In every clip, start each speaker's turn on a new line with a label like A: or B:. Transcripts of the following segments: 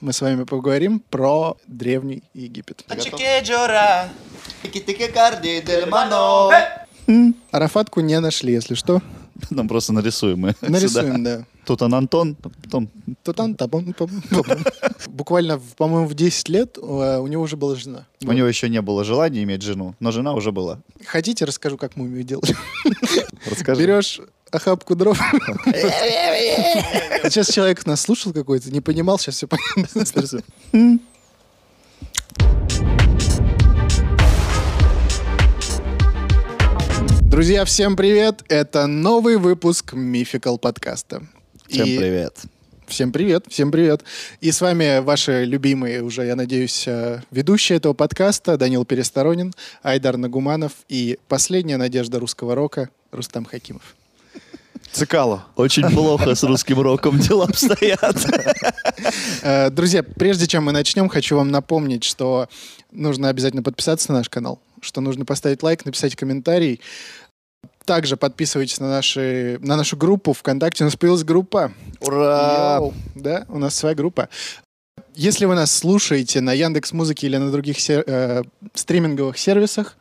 A: мы с вами поговорим про Древний Египет. М, Арафатку не нашли, если что.
B: Нам Ну, просто нарисуем. её сюда.
A: Нарисуем, Ну. да.
B: Тут он Антон, потом
A: То там, та пом, пом, пом. Буквально, в- по-моему, в 10 лет э, у него уже была жена.
B: у него еще не было желания иметь жену, но жена уже была.
A: Хотите, расскажу, как мумию делали?
B: Расскажи.
A: Берешь охапку дров. Сейчас человек нас слушал какой-то, не понимал, сейчас все понятно. Друзья, всем привет! Это новый выпуск Мификал подкаста.
B: Всем
A: И-
B: привет.
A: Всем привет, всем привет. И с вами ваши любимые уже, я надеюсь, э, ведущие этого подкаста Данил Пересторонин, Айдар Нагуманов и последняя надежда русского рока Рустам Хакимов.
B: Цикало. Очень плохо с русским роком дела обстоят.
A: Э, Друзья, прежде чем мы начнем, хочу вам напомнить, что нужно обязательно подписаться на наш канал, что нужно поставить лайк, написать комментарий. Также подписывайтесь на, наши, на нашу группу ВКонтакте. У нас появилась группа.
B: Ура!
A: Йоу. Да, у нас своя группа. Если вы нас слушаете на Яндекс Музыке или на других сер- э, стриминговых сервисах,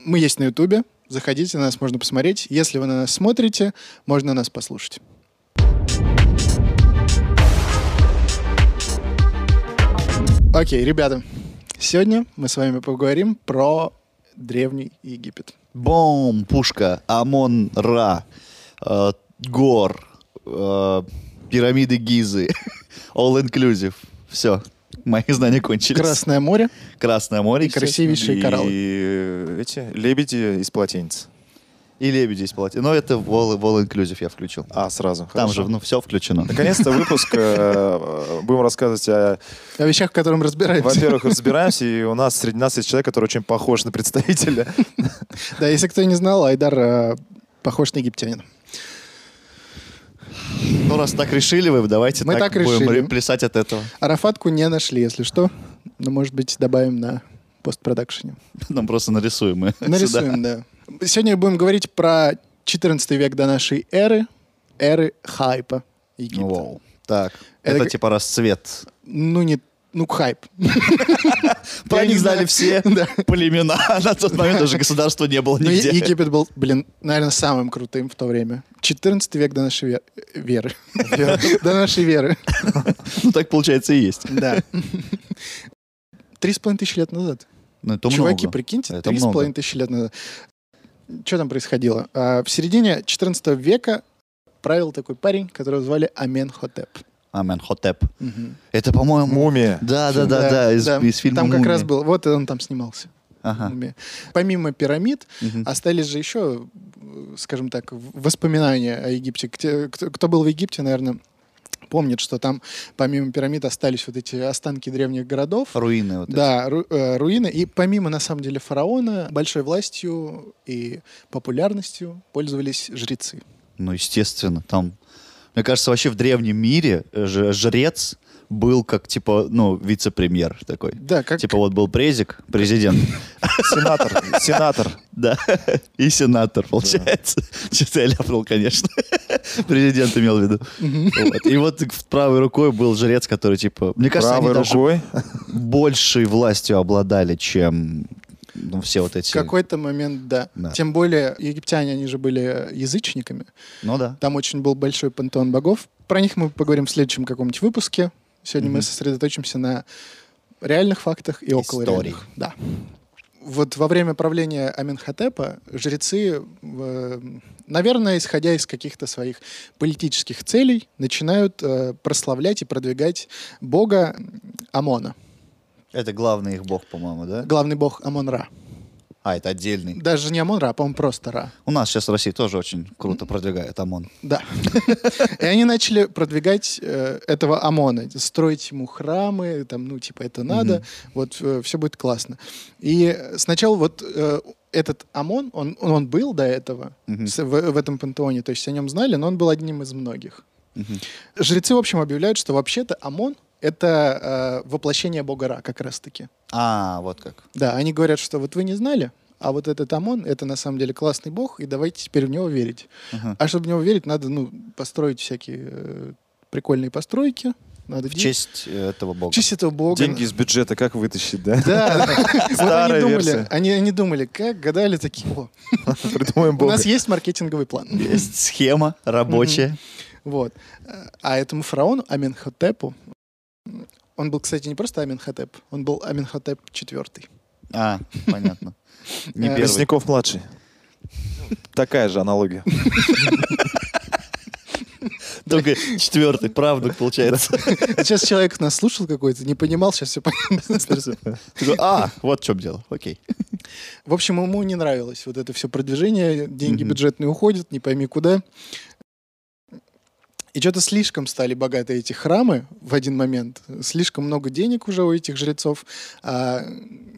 A: мы есть на Ютубе. Заходите, на нас можно посмотреть. Если вы на нас смотрите, можно нас послушать. Окей, ребята, сегодня мы с вами поговорим про Древний Египет.
B: Бом, пушка, Амон, Ра, э, Гор, э, пирамиды Гизы, All Inclusive. Все, мои знания кончились.
A: Красное море.
B: Красное море.
A: И красивейшие
B: естественно,
A: кораллы.
C: И эти лебеди из полотенец.
B: И, и лебеди из плоти. Но это all, all Inclusive я включил.
C: А, сразу.
B: Там
C: хорошо.
B: же, ну, все включено.
C: Наконец-то выпуск. э, э, Будем рассказывать о...
A: О вещах, в котором разбираемся.
C: Во-первых, разбираемся, и у нас среди нас есть человек, который очень похож на представителя.
A: Да, если кто не знал, Айдар э, похож на египтянина.
B: Ну, раз так решили вы, давайте
A: Мы так
B: будем
A: решили.
B: ре- плясать от этого.
A: Арафатку не нашли, если что. Но, может быть, добавим на постпродакшене.
B: Нам просто нарисуем. её сюда.
A: Нарисуем, да. Сегодня будем говорить про 14 век до нашей эры, эры хайпа Египта.
B: Ну, вау. Так,
A: Это
B: это,
A: к-
B: типа расцвет.
A: Ну, не ну, хайп.
B: Про
A: не
B: них
A: знаю.
B: знали все
A: Да.
B: племена. На тот момент даже государства не было
A: Но Е-
B: нигде.
A: Ну, Египет был, блин, наверное, самым крутым в то время. 14 век до нашей ве- веры. До нашей веры,
B: Ну, так, получается, и есть.
A: да. Три с половиной тысячи лет назад.
B: Ну, это
A: Чуваки,
B: много.
A: прикиньте,
B: Это
A: три с
B: много.
A: половиной тысячи лет назад. Что там происходило? А, В середине 14 века правил такой парень, которого звали Аменхотеп.
B: Аменхотеп.
A: Мгм.
B: А, Это, по-моему...
C: Мумия.
B: Да, да, да, да, из, из фильма
A: Там как
B: «Мумия». А.
A: раз был, вот он там снимался.
B: Ага. А,
A: «Мумия». Помимо пирамид,
B: Мгм.
A: остались же еще, э, скажем так, в- воспоминания о Египте. Кто, кто- кто был в Египте, наверное, помнит, что там помимо пирамид остались вот эти останки древних городов.
B: Руины вот эти.
A: Да, ру- э, руины. И помимо, на самом деле, фараона, большой властью и популярностью пользовались жрецы.
B: Ну, естественно, там... Мне кажется, вообще в древнем мире э, ж- жрец был как, типа, ну, вице-премьер такой.
A: Да, как
B: Типа вот был презик, президент,
C: Сенатор. Сенатор.
B: да, и сенатор, получается. Что-то я ляпнул, конечно. Президент имел в виду. Вот. И вот в- правой рукой был жрец, который, типа... Мне кажется,
C: Правой
B: они даже
C: рукой.
B: большей властью обладали, чем ну, все вот эти...
A: в какой-то момент, да.
B: Да.
A: Тем более, египтяне, они же были язычниками.
B: Ну да.
A: Там очень был большой пантеон богов. Про них мы поговорим в следующем каком-нибудь выпуске. Сегодня мы
B: Мгм.
A: сосредоточимся на реальных фактах и около
B: Истории.
A: реальных. Да. Вот во время правления Аменхотепа жрецы, э, наверное, исходя из каких-то своих политических целей, начинают э, прославлять и продвигать бога Амона,
B: Это главный их бог, по-моему, да?
A: главный бог Амон-Ра.
B: А, это отдельный.
A: Даже не Амон-Ра, а, по-моему, просто Ра.
B: У нас сейчас в России тоже очень круто продвигают ОМОН.
A: Да. И они начали продвигать э, этого ОМОНа, строить ему храмы, там, ну, типа, это надо, вот, все будет классно. И сначала вот э, этот ОМОН, он, он был до этого
B: Мгм.
A: с- в, в этом пантеоне, то есть о нем знали, но он был одним из многих.
B: Мгм.
A: Жрецы, в общем, объявляют, что вообще-то ОМОН — это э, воплощение бога Ра как раз-таки.
B: А, вот как.
A: Да, они говорят, что вот вы не знали, а вот этот ОМОН — это на самом деле классный бог, и давайте теперь в него верить.
B: Ага.
A: А чтобы в него верить, надо ну, построить всякие э, прикольные постройки, Надо
B: В
A: де-
B: честь э, этого
A: в
B: бога.
A: честь этого бога.
C: Деньги из бюджета как вытащить, да?
A: Да, да. Вот они
C: Старая
A: думали,
C: версия.
A: они, они думали, как гадали такие. «О,
C: Придумаем
A: у
C: бога.
A: нас есть маркетинговый план.
B: Есть схема рабочая.
A: Вот. Э, А этому фараону Аменхотепу, м, он был, кстати, не просто Аменхотеп, он был Аменхотеп IV.
B: А, понятно. Не
A: Э,
B: первый.
C: Мясников младший. Такая же аналогия.
B: Только четвертый, правда, получается.
A: Сейчас человек нас слушал какой-то, не понимал, сейчас все понятно.
B: Такой, А, вот в чем дело. Окей.
A: В общем, ему не нравилось вот это все продвижение, деньги бюджетные уходят, не пойми куда. И что-то слишком стали богаты эти храмы в один момент. Слишком много денег уже у этих жрецов. А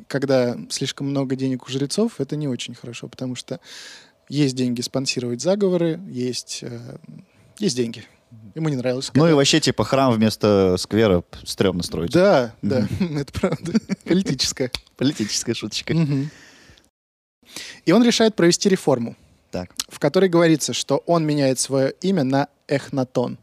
A: когда слишком много денег у жрецов, это не очень хорошо, потому что есть деньги спонсировать заговоры, есть, э, есть деньги. Ему не нравилось.
B: Ну и вообще, типа, храм вместо сквера п- стрёмно строить.
A: Да, да, это правда. Политическое.
B: Политическая шуточка.
A: Мгм. И он решает провести реформу,
B: Так,
A: в которой говорится, что он меняет свое имя на Эхнатон.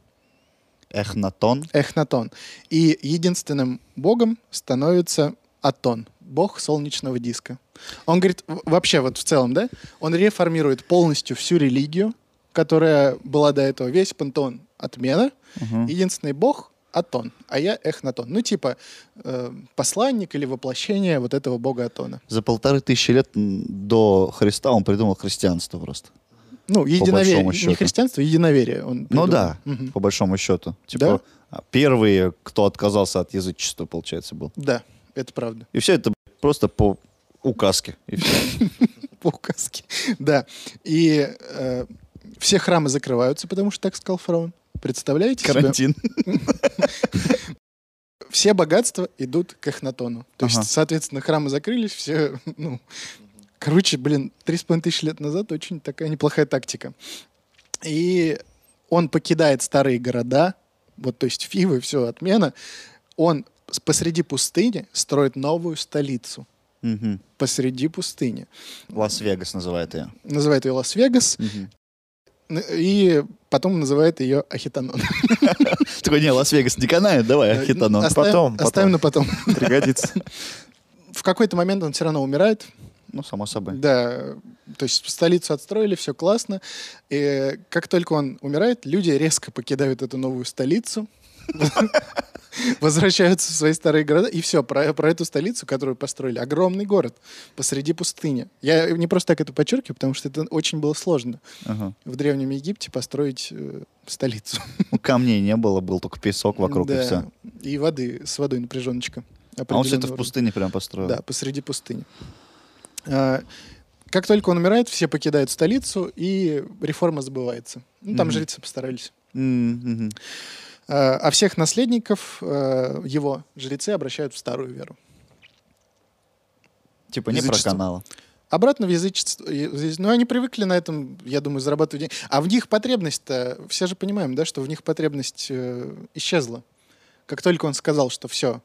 B: эхнатон.
A: Эхнатон. И единственным богом становится Атон, бог солнечного диска. Он говорит, в- вообще вот в целом, да, он реформирует полностью всю религию, которая была до этого, весь пантеон отмена,
B: Мгм.
A: единственный бог Атон, а я Эхнатон. Ну типа э, посланник или воплощение вот этого бога Атона.
B: За полторы тысячи лет м, до Христа он придумал христианство просто.
A: Ну, единоверие,
B: большому
A: не
B: счету.
A: христианство, единоверие. Он
B: Ну
A: придумал.
B: да,
A: Мгм.
B: по большому счету. Типа, а, первые, кто отказался от язычества, получается, был.
A: Да, это правда.
B: И все это блядь, просто по указке. И всё.
A: По указке. Да. И э, все храмы закрываются, потому что так сказал фараон. Представляете себе?
B: Карантин.
A: Все богатства идут к Эхнатону. То
B: Ага.
A: есть, соответственно, храмы закрылись, все, ну... Короче, блин, три с половиной тысячи лет назад очень такая неплохая тактика. И он покидает старые города, вот, то есть Фивы, все, отмена. Он с- посреди пустыни строит новую столицу.
B: Мгм.
A: Посреди пустыни.
B: Лас-Вегас называет ее.
A: называет ее Лас-Вегас, н- и потом называет ее Ахитанон.
B: Такой, не, Лас-Вегас не канает, давай, Ахитанон.
A: ну, Оставим-
C: Потом, потом.
A: Оставим на потом.
C: Пригодится.
A: В какой-то момент он все равно умирает.
B: Ну, само собой.
A: Да, то есть столицу отстроили, все классно. И как только он умирает, люди резко покидают эту новую столицу, возвращаются в свои старые города, и все, про, про эту столицу, которую построили, огромный город посреди пустыни. Я не просто так это подчеркиваю, потому что это очень было сложно
B: Ага.
A: в Древнем Египте построить э, столицу.
B: Ну, камней не было, был только песок вокруг и
A: Да.
B: все.
A: И воды, с водой напряженочка.
B: А он все это в
A: определенного
B: пустыне прям построил.
A: уровня. Да, посреди пустыни. А, Как только он умирает, все покидают столицу, и реформа забывается. Ну, там
B: Мгм.
A: жрецы постарались.
B: М, мгм.
A: А а всех наследников э, его жрецы обращают в старую веру.
B: Типа не про
C: Язычество.
B: канала.
A: Обратно в язычество. и- в яз- Ну, они привыкли на этом, я думаю, зарабатывать деньги. А в них потребность-то, все же понимаем, да, что в них потребность э, исчезла. Как только он сказал, что все,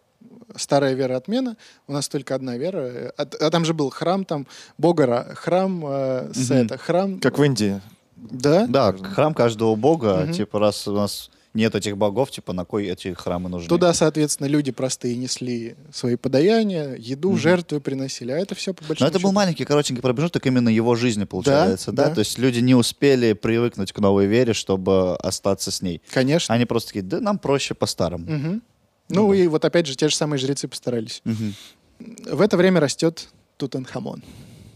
A: старая вера отмена, у нас только одна вера. э, А, т- а там же был храм, там бога, Ра, храм э, с
B: Мгм.
A: это, храм...
C: Как в Индии.
A: Да?
B: Да, храм каждого бога,
A: Мгм.
B: типа раз у нас нет этих богов, типа на кой эти храмы нужны?
A: Туда, соответственно, люди простые несли свои подаяния, еду,
B: Мгм.
A: жертвы приносили, а это все по
B: Но
A: большому
B: это был
A: счету.
B: маленький, коротенький промежуток именно его жизни, получается, да,
A: да.
B: То есть люди не успели привыкнуть к новой вере, чтобы остаться с ней.
A: Конечно.
B: Они просто такие, да нам проще по-старому.
A: Мгм. Ну, и вот опять же те же самые жрецы постарались.
B: Мгм.
A: В это время растет Тутанхамон.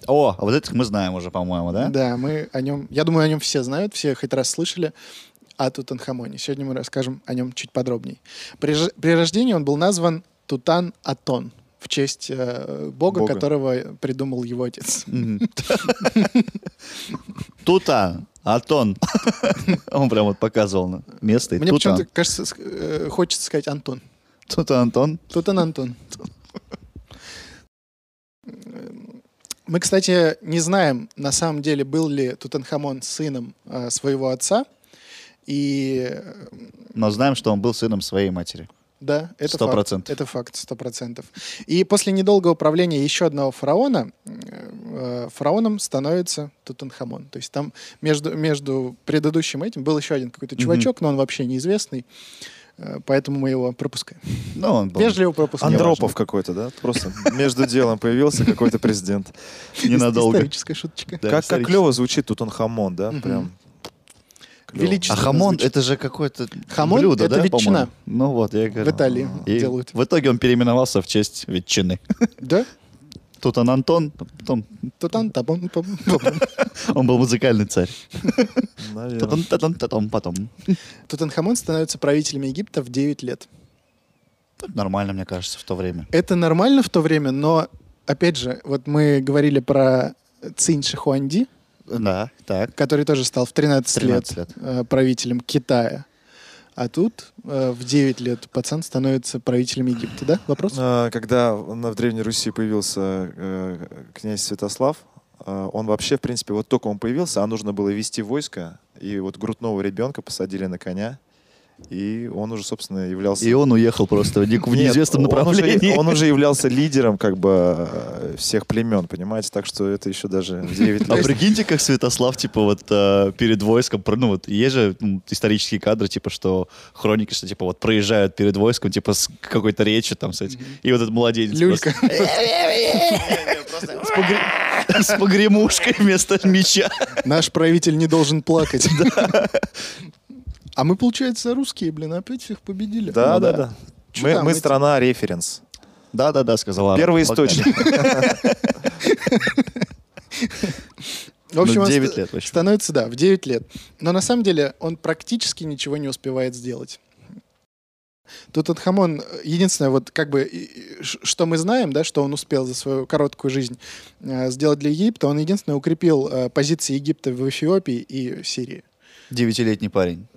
B: О, а вот этих мы знаем уже, по-моему, да?
A: Да, мы о нем, я думаю, о нем все знают, все хоть раз слышали о Тутанхамоне. Сегодня мы расскажем о нем чуть подробней. При, ж- при рождении он был назван Тутан-Атон в честь э, бога,
C: Бога.
A: которого придумал его отец.
B: Мгм. Тута, Атон. Он прям вот показывал на- место. и
A: Мне
B: Тута.
A: почему-то кажется, ск- э, хочется сказать Антон.
B: Тута Антон.
A: Тутан-Антон. Мы, кстати, не знаем, на самом деле, был ли Тутанхамон сыном э, своего отца. И э,
B: Но знаем, что он был сыном своей матери.
A: Да, это
B: Сто
A: факт.
B: процентов.
A: Это факт, сто процентов. И после недолгого правления еще одного фараона э, фараоном становится Тутанхамон. То есть там между, между предыдущим этим был еще один какой-то
B: Мгм.
A: чувачок, но он вообще неизвестный. Э, Э, Поэтому мы его пропускаем.
B: Ну, он был
A: Вежливо пропускаем.
B: Андро-
C: Андропов какой-то, да? Просто между делом появился какой-то президент.
B: ненадолго.
A: Историческая шуточка.
B: Да,
C: Как как
B: исторически.
C: клево звучит тут он хамон, да? Прям. клёво.
A: Величественно
B: А хамон
A: звучит.
B: это же какое-то
A: Хамон
B: блюдо,
A: это
B: да,
A: ветчина.
B: по-моему? Ну вот, я и говорю.
A: В Италии
B: И
A: делают.
B: В итоге он переименовался в честь ветчины.
A: Да?
B: Тут он Антон, а потом
A: Тутан, табон, пам.
B: он был музыкальный царь.
C: Наверно.
B: Та-тан, та-тан, та-тан, потом.
A: Тутанхамон становится правителем Египта в 9 лет.
B: Так Нормально, мне кажется, в то время.
A: Это нормально в то время, но, опять же, вот мы говорили про Цинь Шихуанди,
B: Да, так.
A: который тоже стал в 13,
B: 13
A: лет,
B: лет.
A: э, правителем Китая. А тут э, в 9 лет пацан становится правителем Египта, да? Вопрос?
C: А, Когда на- в Древней Руси появился э, князь Святослав, э, он вообще, в принципе, вот только он появился, а нужно было вести войско, и вот грудного ребенка посадили на коня, и он уже, собственно, являлся...
B: И он уехал просто в не- в
C: Нет,
B: неизвестном
C: он уже-
B: направлении.
C: Он уже являлся лидером, как бы, э, всех племен, понимаете? Так что это еще даже в 9
B: А
C: лет.
B: прикиньте, как Святослав, типа, вот э, перед войском, про- ну, вот есть же м, исторические кадры, типа, что хроники, что, типа, вот проезжают перед войском, типа, с какой-то речью там, кстати, и вот этот младенец
A: Люлька.
B: просто с погре- с погремушкой вместо меча.
A: Наш правитель не должен плакать. А мы, получается, русские, блин, опять всех победили.
C: Да,
B: Ну
C: да,
B: да.
C: да.
A: Чё
C: Мы-
A: там
C: Мы
A: эти?
C: страна референс.
B: Да-да-да, сказала. она.
C: Первый
B: Богдан.
C: источник.
A: В общем,
B: Ну,
A: он
B: 9
A: ст-
B: лет, в общем.
A: становится, да, в 9 лет. Но на самом деле он практически ничего не успевает сделать. Тутанхамон, э, единственное, вот как бы, и- и ш- что мы знаем, да, что он успел за свою короткую жизнь э, сделать для Египта, он единственное укрепил э, позиции Египта в Эфиопии и Сирии.
B: Девятилетний парень.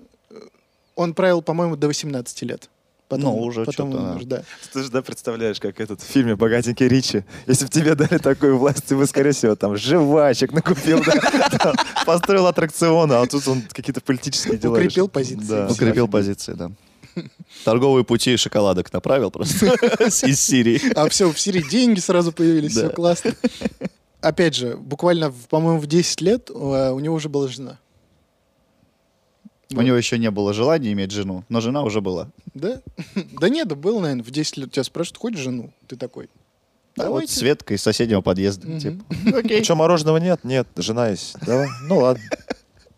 A: Он правил, по-моему, до 18 лет.
B: Ну, уже
A: потом
B: чё-то,
A: он
B: да.
A: уже, да.
C: Ты же, да, представляешь, как этот в фильме «Богатенький Ричи». Если бы тебе дали такую власть, ты бы, скорее всего, там жвачек накупил, да, там, построил аттракционы, а тут он какие-то политические дела
A: Укрепил
C: решил.
A: позиции.
C: Да.
A: Всё.
B: Укрепил позиции, да. Торговые пути шоколадок направил просто из Сирии.
A: А все, в Сирии деньги сразу появились,
B: Да.
A: все классно. Опять же, буквально, в- по-моему, в 10 лет э, у него уже была жена.
B: У него еще не было желания иметь жену, но жена уже была.
A: Да? Да нет, да был, наверное, в 10 лет. Тебя спрашивают, хочешь жену? Ты такой.
B: Да, вот
A: Давайте.
B: Светка из соседнего подъезда.
A: Мгм.
B: типа.
C: Ну что, мороженого нет? Нет, жена есть. Давай. Ну ладно.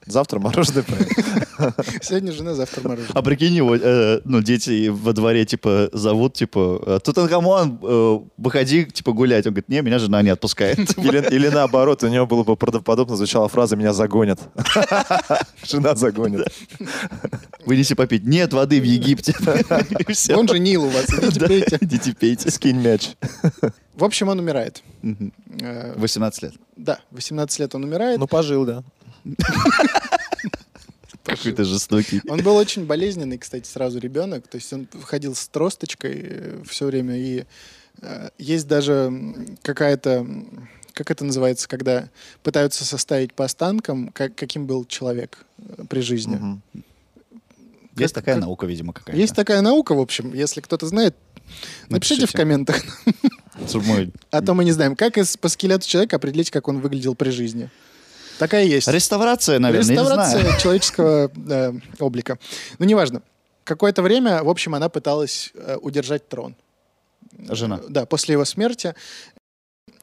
C: Завтра мороженое. поедем.
A: Сегодня жена, завтра
B: А
A: мороженое.
B: прикинь, его, э, ну, дети во дворе, типа, зовут, типа, Тутанхамон, э, выходи, типа, гулять. Он говорит, не, меня жена не отпускает.
C: Или, или наоборот, у него было бы правдоподобно звучала фраза «меня загонят». Жена загонит.
B: Вынеси попить. Нет воды в Египте. И всё.
A: Он же Нил у вас, идите
B: Да,
A: пейте.
B: Идите пейте.
C: Скинь мяч.
A: В общем, он умирает.
B: Мгм.
A: Э,
B: 18 лет.
A: Да, в 18 лет он умирает.
C: Ну, пожил, да.
B: Какой ты жестокий.
A: Он был очень болезненный, кстати, сразу ребенок. То есть он ходил с тросточкой все время. И э, есть даже м, какая-то... м, Как это называется, когда пытаются составить по останкам, как, каким был человек э, при жизни?
C: Мгм.
B: Есть
A: Как-
B: такая
A: как-
B: наука, видимо, какая-то.
A: Есть такая наука, в общем, если кто-то знает, напишите, в
B: Напишите.
A: комментах.
B: Чтобы мы-
A: А то мы не знаем, как из, по скелету человека определить, как он выглядел при жизни. Такая есть.
B: Реставрация, наверное, я не
A: Реставрация
B: знаю.
A: человеческого э, облика. Ну, неважно. Какое-то время, в общем, она пыталась э, удержать трон.
B: Жена.
A: Э, Да, после его смерти.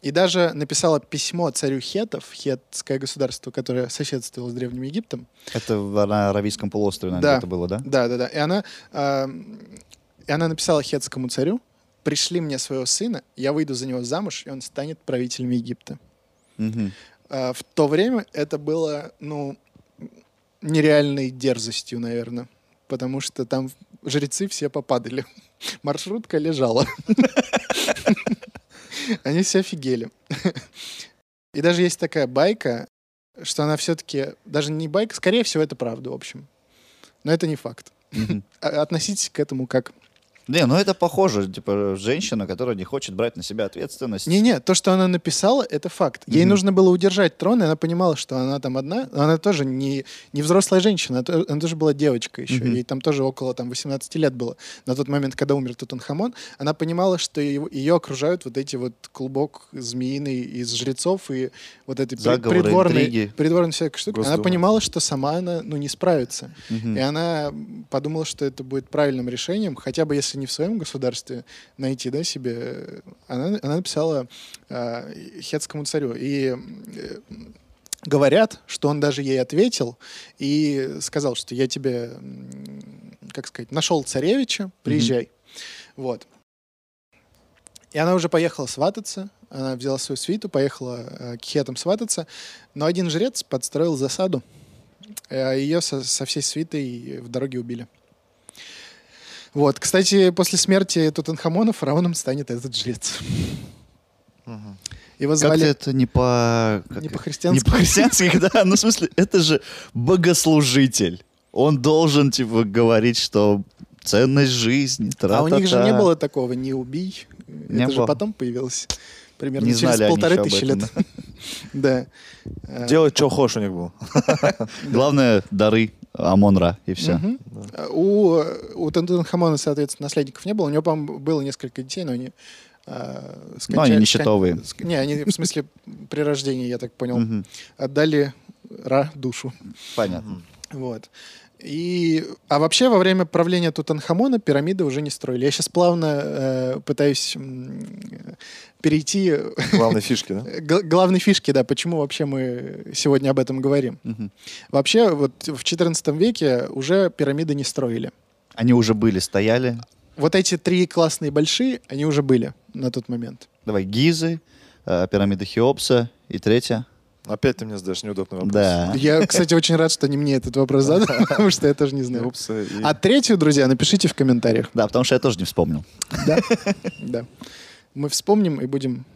A: И даже написала письмо царю хетов, хетское государство, которое соседствовало с Древним Египтом.
B: Это в- на Аравийском полуострове,
A: Да.
B: наверное, это было, да?
A: Да, да, да. И она, э, и она написала хетскому царю, пришли мне своего сына, я выйду за него замуж, и он станет правителем Египта.
B: Мгм.
A: А, В то время это было, ну, нереальной дерзостью, наверное. Потому что там жрецы все попадали. Маршрутка лежала. Они все офигели. И даже есть такая байка, что она все-таки... Даже не байка, скорее всего, это правда, в общем. Но это не факт.
B: Мгм.
A: А- Относитесь к этому как
B: Не, ну это похоже, типа, женщина, которая не хочет брать на себя ответственность.
A: Не-не, то, что она написала, это факт. Ей
B: Мгм.
A: нужно было удержать трон, и она понимала, что она там одна. Она тоже не, не взрослая женщина, а то- она тоже была девочка еще.
B: Мгм.
A: Ей там тоже около там, 18 лет было. На тот момент, когда умер Тутанхамон, она понимала, что его- ее окружают вот эти вот клубок змеиный из жрецов и вот этой пред-
B: Заговоры,
A: придворной,
B: интриги.
A: придворной всякой штуки. Она
C: Госдума.
A: понимала, что сама она ну, не справится.
B: Мгм.
A: И она подумала, что это будет правильным решением, хотя бы если не в своем государстве найти да, себе. э, Она, она написала э, хетскому царю. И э, говорят, что он даже ей ответил и сказал, что я тебе, м, как сказать, нашел царевича, приезжай. Вот. И она уже поехала свататься, она взяла свою свиту, поехала э, к хетам свататься, но один жрец подстроил засаду. Э, Ее со, со всей свитой в дороге убили. Вот, кстати, после смерти Тутанхамона фараоном станет этот жрец.
C: Мгм.
A: Его
B: Как-то
A: звали
B: это не по... как
A: не
B: это? Не
A: по-христиански.
B: по-христиански, да. Ну, в смысле, это же богослужитель. Он должен, типа, говорить, что ценность жизни,
A: А у них же не
B: тра-та-та.
A: было такого «не убий».
B: Не
A: это же
B: было.
A: потом появилось. Примерно
B: Не
A: через
B: знали они
A: полторы
B: ещё об
A: тысячи лет.
B: этом,
A: Да. Э,
C: Делать, что хочешь у них был.
B: Главное, дары Амон-Ра, и все.
A: мгм. А У, э, у Тутанхамона, соответственно, наследников не было. У него, по-моему, было несколько детей, но они... э, скончались-
B: Но Ну, они нищетовые.
A: скон- ск- Не, они, в смысле, при рождении, я так понял,
B: Мгм.
A: отдали Ра душу.
B: Понятно.
A: Вот. И, а вообще во время правления Тутанхамона пирамиды уже не строили. Я сейчас плавно э, пытаюсь м, э, перейти
C: Главные фишки, да?
A: к г- главной фишке, да, почему вообще мы сегодня об этом говорим.
B: Мгм.
A: Вообще вот в XIV веке уже пирамиды не строили.
B: Они уже были, стояли.
A: Вот эти три классные большие, они уже были на тот момент.
B: Давай, Гизы, э, пирамида Хеопса и третья.
C: Опять ты мне задашь неудобный вопрос.
B: Да.
A: Я, кстати, очень рад, что не мне этот вопрос задали, потому что я тоже не знаю.
C: Упсы и-
A: А третью, друзья, напишите в комментариях.
B: Да, потому что я тоже не вспомнил.
A: Да. Мы вспомним и будем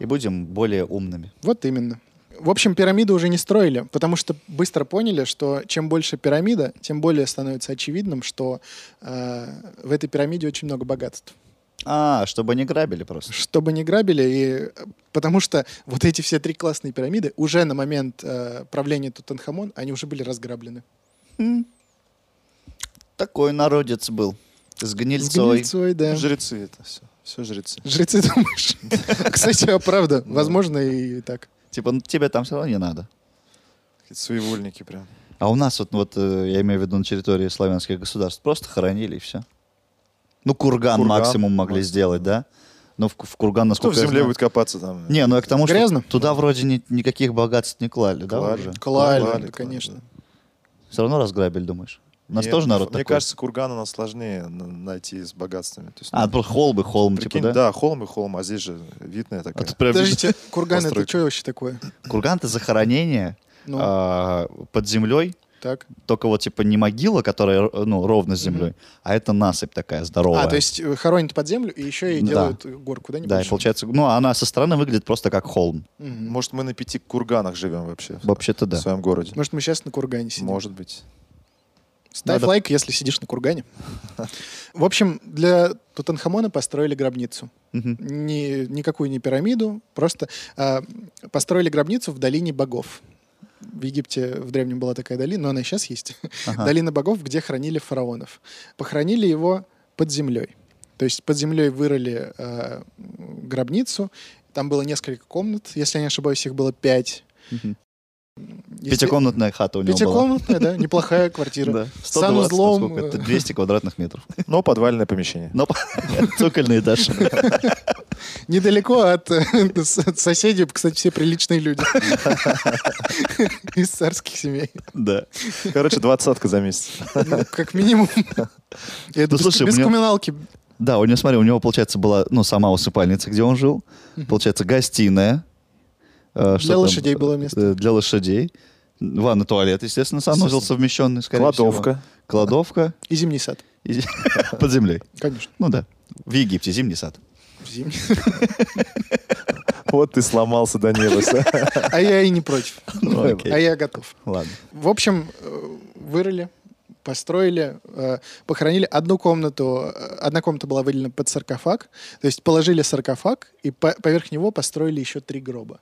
B: И будем более умными.
A: Вот именно. В общем, пирамиды уже не строили, потому что быстро поняли, что чем больше пирамида, тем более становится очевидным, что э, в этой пирамиде очень много богатств.
B: А, чтобы не грабили просто.
A: Чтобы не грабили, и э, потому что вот эти все три классные пирамиды уже на момент э, правления Тутанхамон, они уже были разграблены.
B: Такой народец был. С
A: С
B: гнильцой.
A: гнильцой, да.
C: Жрецы это все. Все жрецы.
A: Жрецы, думаешь? Кстати, а правда, возможно и так.
B: Типа, ну, тебе там все равно не надо.
C: Какие-то своевольники прям.
B: А у нас вот, вот э, я имею в виду на территории славянских государств, просто хоронили и все. Ну, курган,
C: Курган.
B: максимум могли
C: Максимум.
B: сделать, да? Но в, в курган,
C: Кто в
B: насколько я
C: земле
B: знаю-
C: будет копаться там?
B: Не, ну я к тому, что
A: Грязно?
B: туда вроде ни- никаких богатств не клали, да,
C: Клали.
B: уже?
A: Клали,
C: Клали,
A: да,
C: клали,
A: конечно.
C: да.
B: Все равно разграбили, думаешь? У нас
C: Нет,
B: тоже народ
C: ну, Мне
B: такой.
C: кажется, курган у нас сложнее н- найти с богатствами. То есть,
B: А,
C: ну,
B: просто холмы, холм,
C: прикинь,
B: типа, да?
C: да, холм и холм, а здесь же видная
B: А
C: такая.
B: тут прям
A: Подождите, курган это
C: Постройка.
A: что вообще такое?
B: курган это захоронение
A: Ну,
B: а, под землей,
A: так. А,
B: только вот типа не могила, которая э, ну, ровно с землей, а это насыпь такая здоровая.
A: А, то есть э, хоронят под землю и еще и
B: Да.
A: делают горку, да,
B: Да, и
A: небольшую?
B: получается, ну, она со стороны выглядит просто как холм.
A: Мгм.
C: Может, мы на пяти курганах живем вообще
B: Вообще-то
C: в
B: да.
C: своем городе?
A: Может, мы сейчас на кургане сидим?
C: Может быть.
A: Ставь
B: Надо-
A: лайк, если сидишь на кургане. В общем, для Тутанхамона построили гробницу.
B: Мгм.
A: Ни- никакую не пирамиду, просто а, построили гробницу в долине богов. В Египте в древнем была такая долина, но она и сейчас есть.
B: Ага.
A: Долина богов, где хранили фараонов. Похоронили его под землей. То есть под землей вырыли э, гробницу. Там было несколько комнат, если я не ошибаюсь, их было пять.
B: Мгм.
A: Если-
B: Пятикомнатная хата у него
A: Пятикомнатная, да, неплохая
B: была.
A: квартира.
B: Да. 120, там
A: злом,
B: сколько это?
A: э.
B: 200 квадратных метров.
C: Но подвальное помещение.
B: Но цокольный этаж.
A: Недалеко от, э, с- соседей, кстати, все приличные люди. Из царских семей.
B: Да.
C: Короче, двадцатка за месяц.
A: Ну, как минимум. И Это
B: Ну,
A: без-
B: слушай,
A: без
B: мне-
A: коммуналки.
B: Да, у него, смотри, у него, получается, была, ну, сама усыпальница, где он жил. Получается, гостиная. Э, что там?
A: лошадей было место.
B: Э, Для лошадей. Ванна, туалет, естественно, санузел совмещенный, скорее всего.
C: Кладовка.
B: Кладовка.
A: И зимний сад.
B: и- Под землей.
A: Конечно.
B: Ну да. В Египте зимний сад.
A: Зимний.
C: Вот ты сломался, Данилос.
A: А я и не против.
B: Ну, окей.
A: А я готов.
B: Ладно.
A: В общем, э, вырыли, построили, э, похоронили одну комнату. э, Одна комната была выделена под саркофаг. То есть положили саркофаг и по- поверх него построили еще три гроба.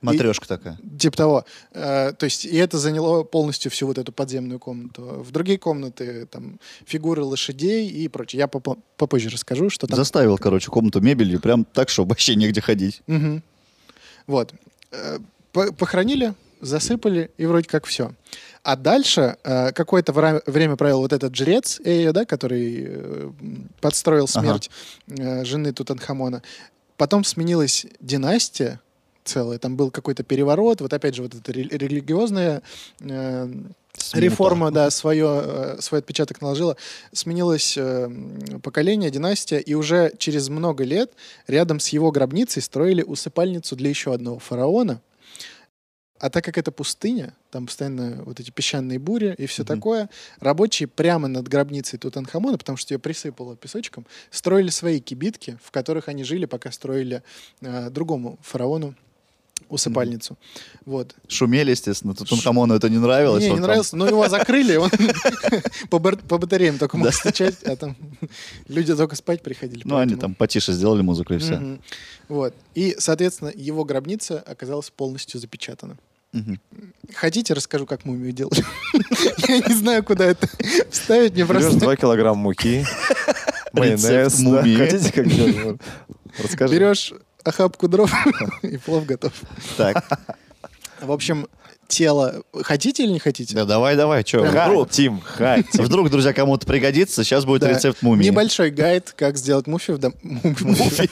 B: Матрешка такая.
A: Типа того. Э, то есть, и это заняло полностью всю вот эту подземную комнату. В другие комнаты там фигуры лошадей и прочее. Я попо- попозже расскажу, что там.
B: Заставил, короче, комнату мебелью прям так, что вообще негде ходить.
A: Мгм. Вот. Э, по- Похоронили, засыпали, и вроде как все. А дальше э, какое-то вра- время правил вот этот жрец Эйо, да, который э, м, подстроил
B: Ага.
A: смерть э, жены Тутанхамона. Потом сменилась династия целая, там был какой-то переворот, вот опять же вот эта рели- религиозная э,
B: Смута.
A: реформа, да, свое, э, свой отпечаток наложила. Сменилось э, м, поколение, династия, и уже через много лет рядом с его гробницей строили усыпальницу для еще одного фараона. А так как это пустыня, там постоянно вот эти песчаные бури и все
B: Мгм.
A: такое, рабочие прямо над гробницей Тутанхамона, потому что ее присыпало песочком, строили свои кибитки, в которых они жили, пока строили э, другому фараону усыпальницу. Вот.
B: Шумели, естественно. Тутанхамону это не нравилось.
A: Не,
B: он
A: не
B: там-
A: нравился, но его закрыли, он по бар- по батареям только мог
B: Да.
A: встречать, а там люди только спать приходили.
B: Ну, они
A: поэтому-
B: там потише сделали музыку и все.
A: Мгм. Вот. И, соответственно, его гробница оказалась полностью запечатана.
B: Мгм.
A: Хотите, расскажу, как мумию делали? Я не знаю, куда это вставить, мне
C: Берешь
A: просто...
C: 2 килограмма муки, майонез.
B: Рецепт
C: да.
B: мумии.
C: Хотите как делать? Расскажи.
A: Берешь охапку дров, и плов готов.
B: Так,
A: В общем, тело... Хотите или не хотите?
B: да давай, давай, что? Вдруг,
C: Хотим, хотим.
B: вдруг, друзья, кому-то пригодится, сейчас будет
A: Да.
B: рецепт мумии.
A: Небольшой гайд, как сделать муфи в, дом... муфи.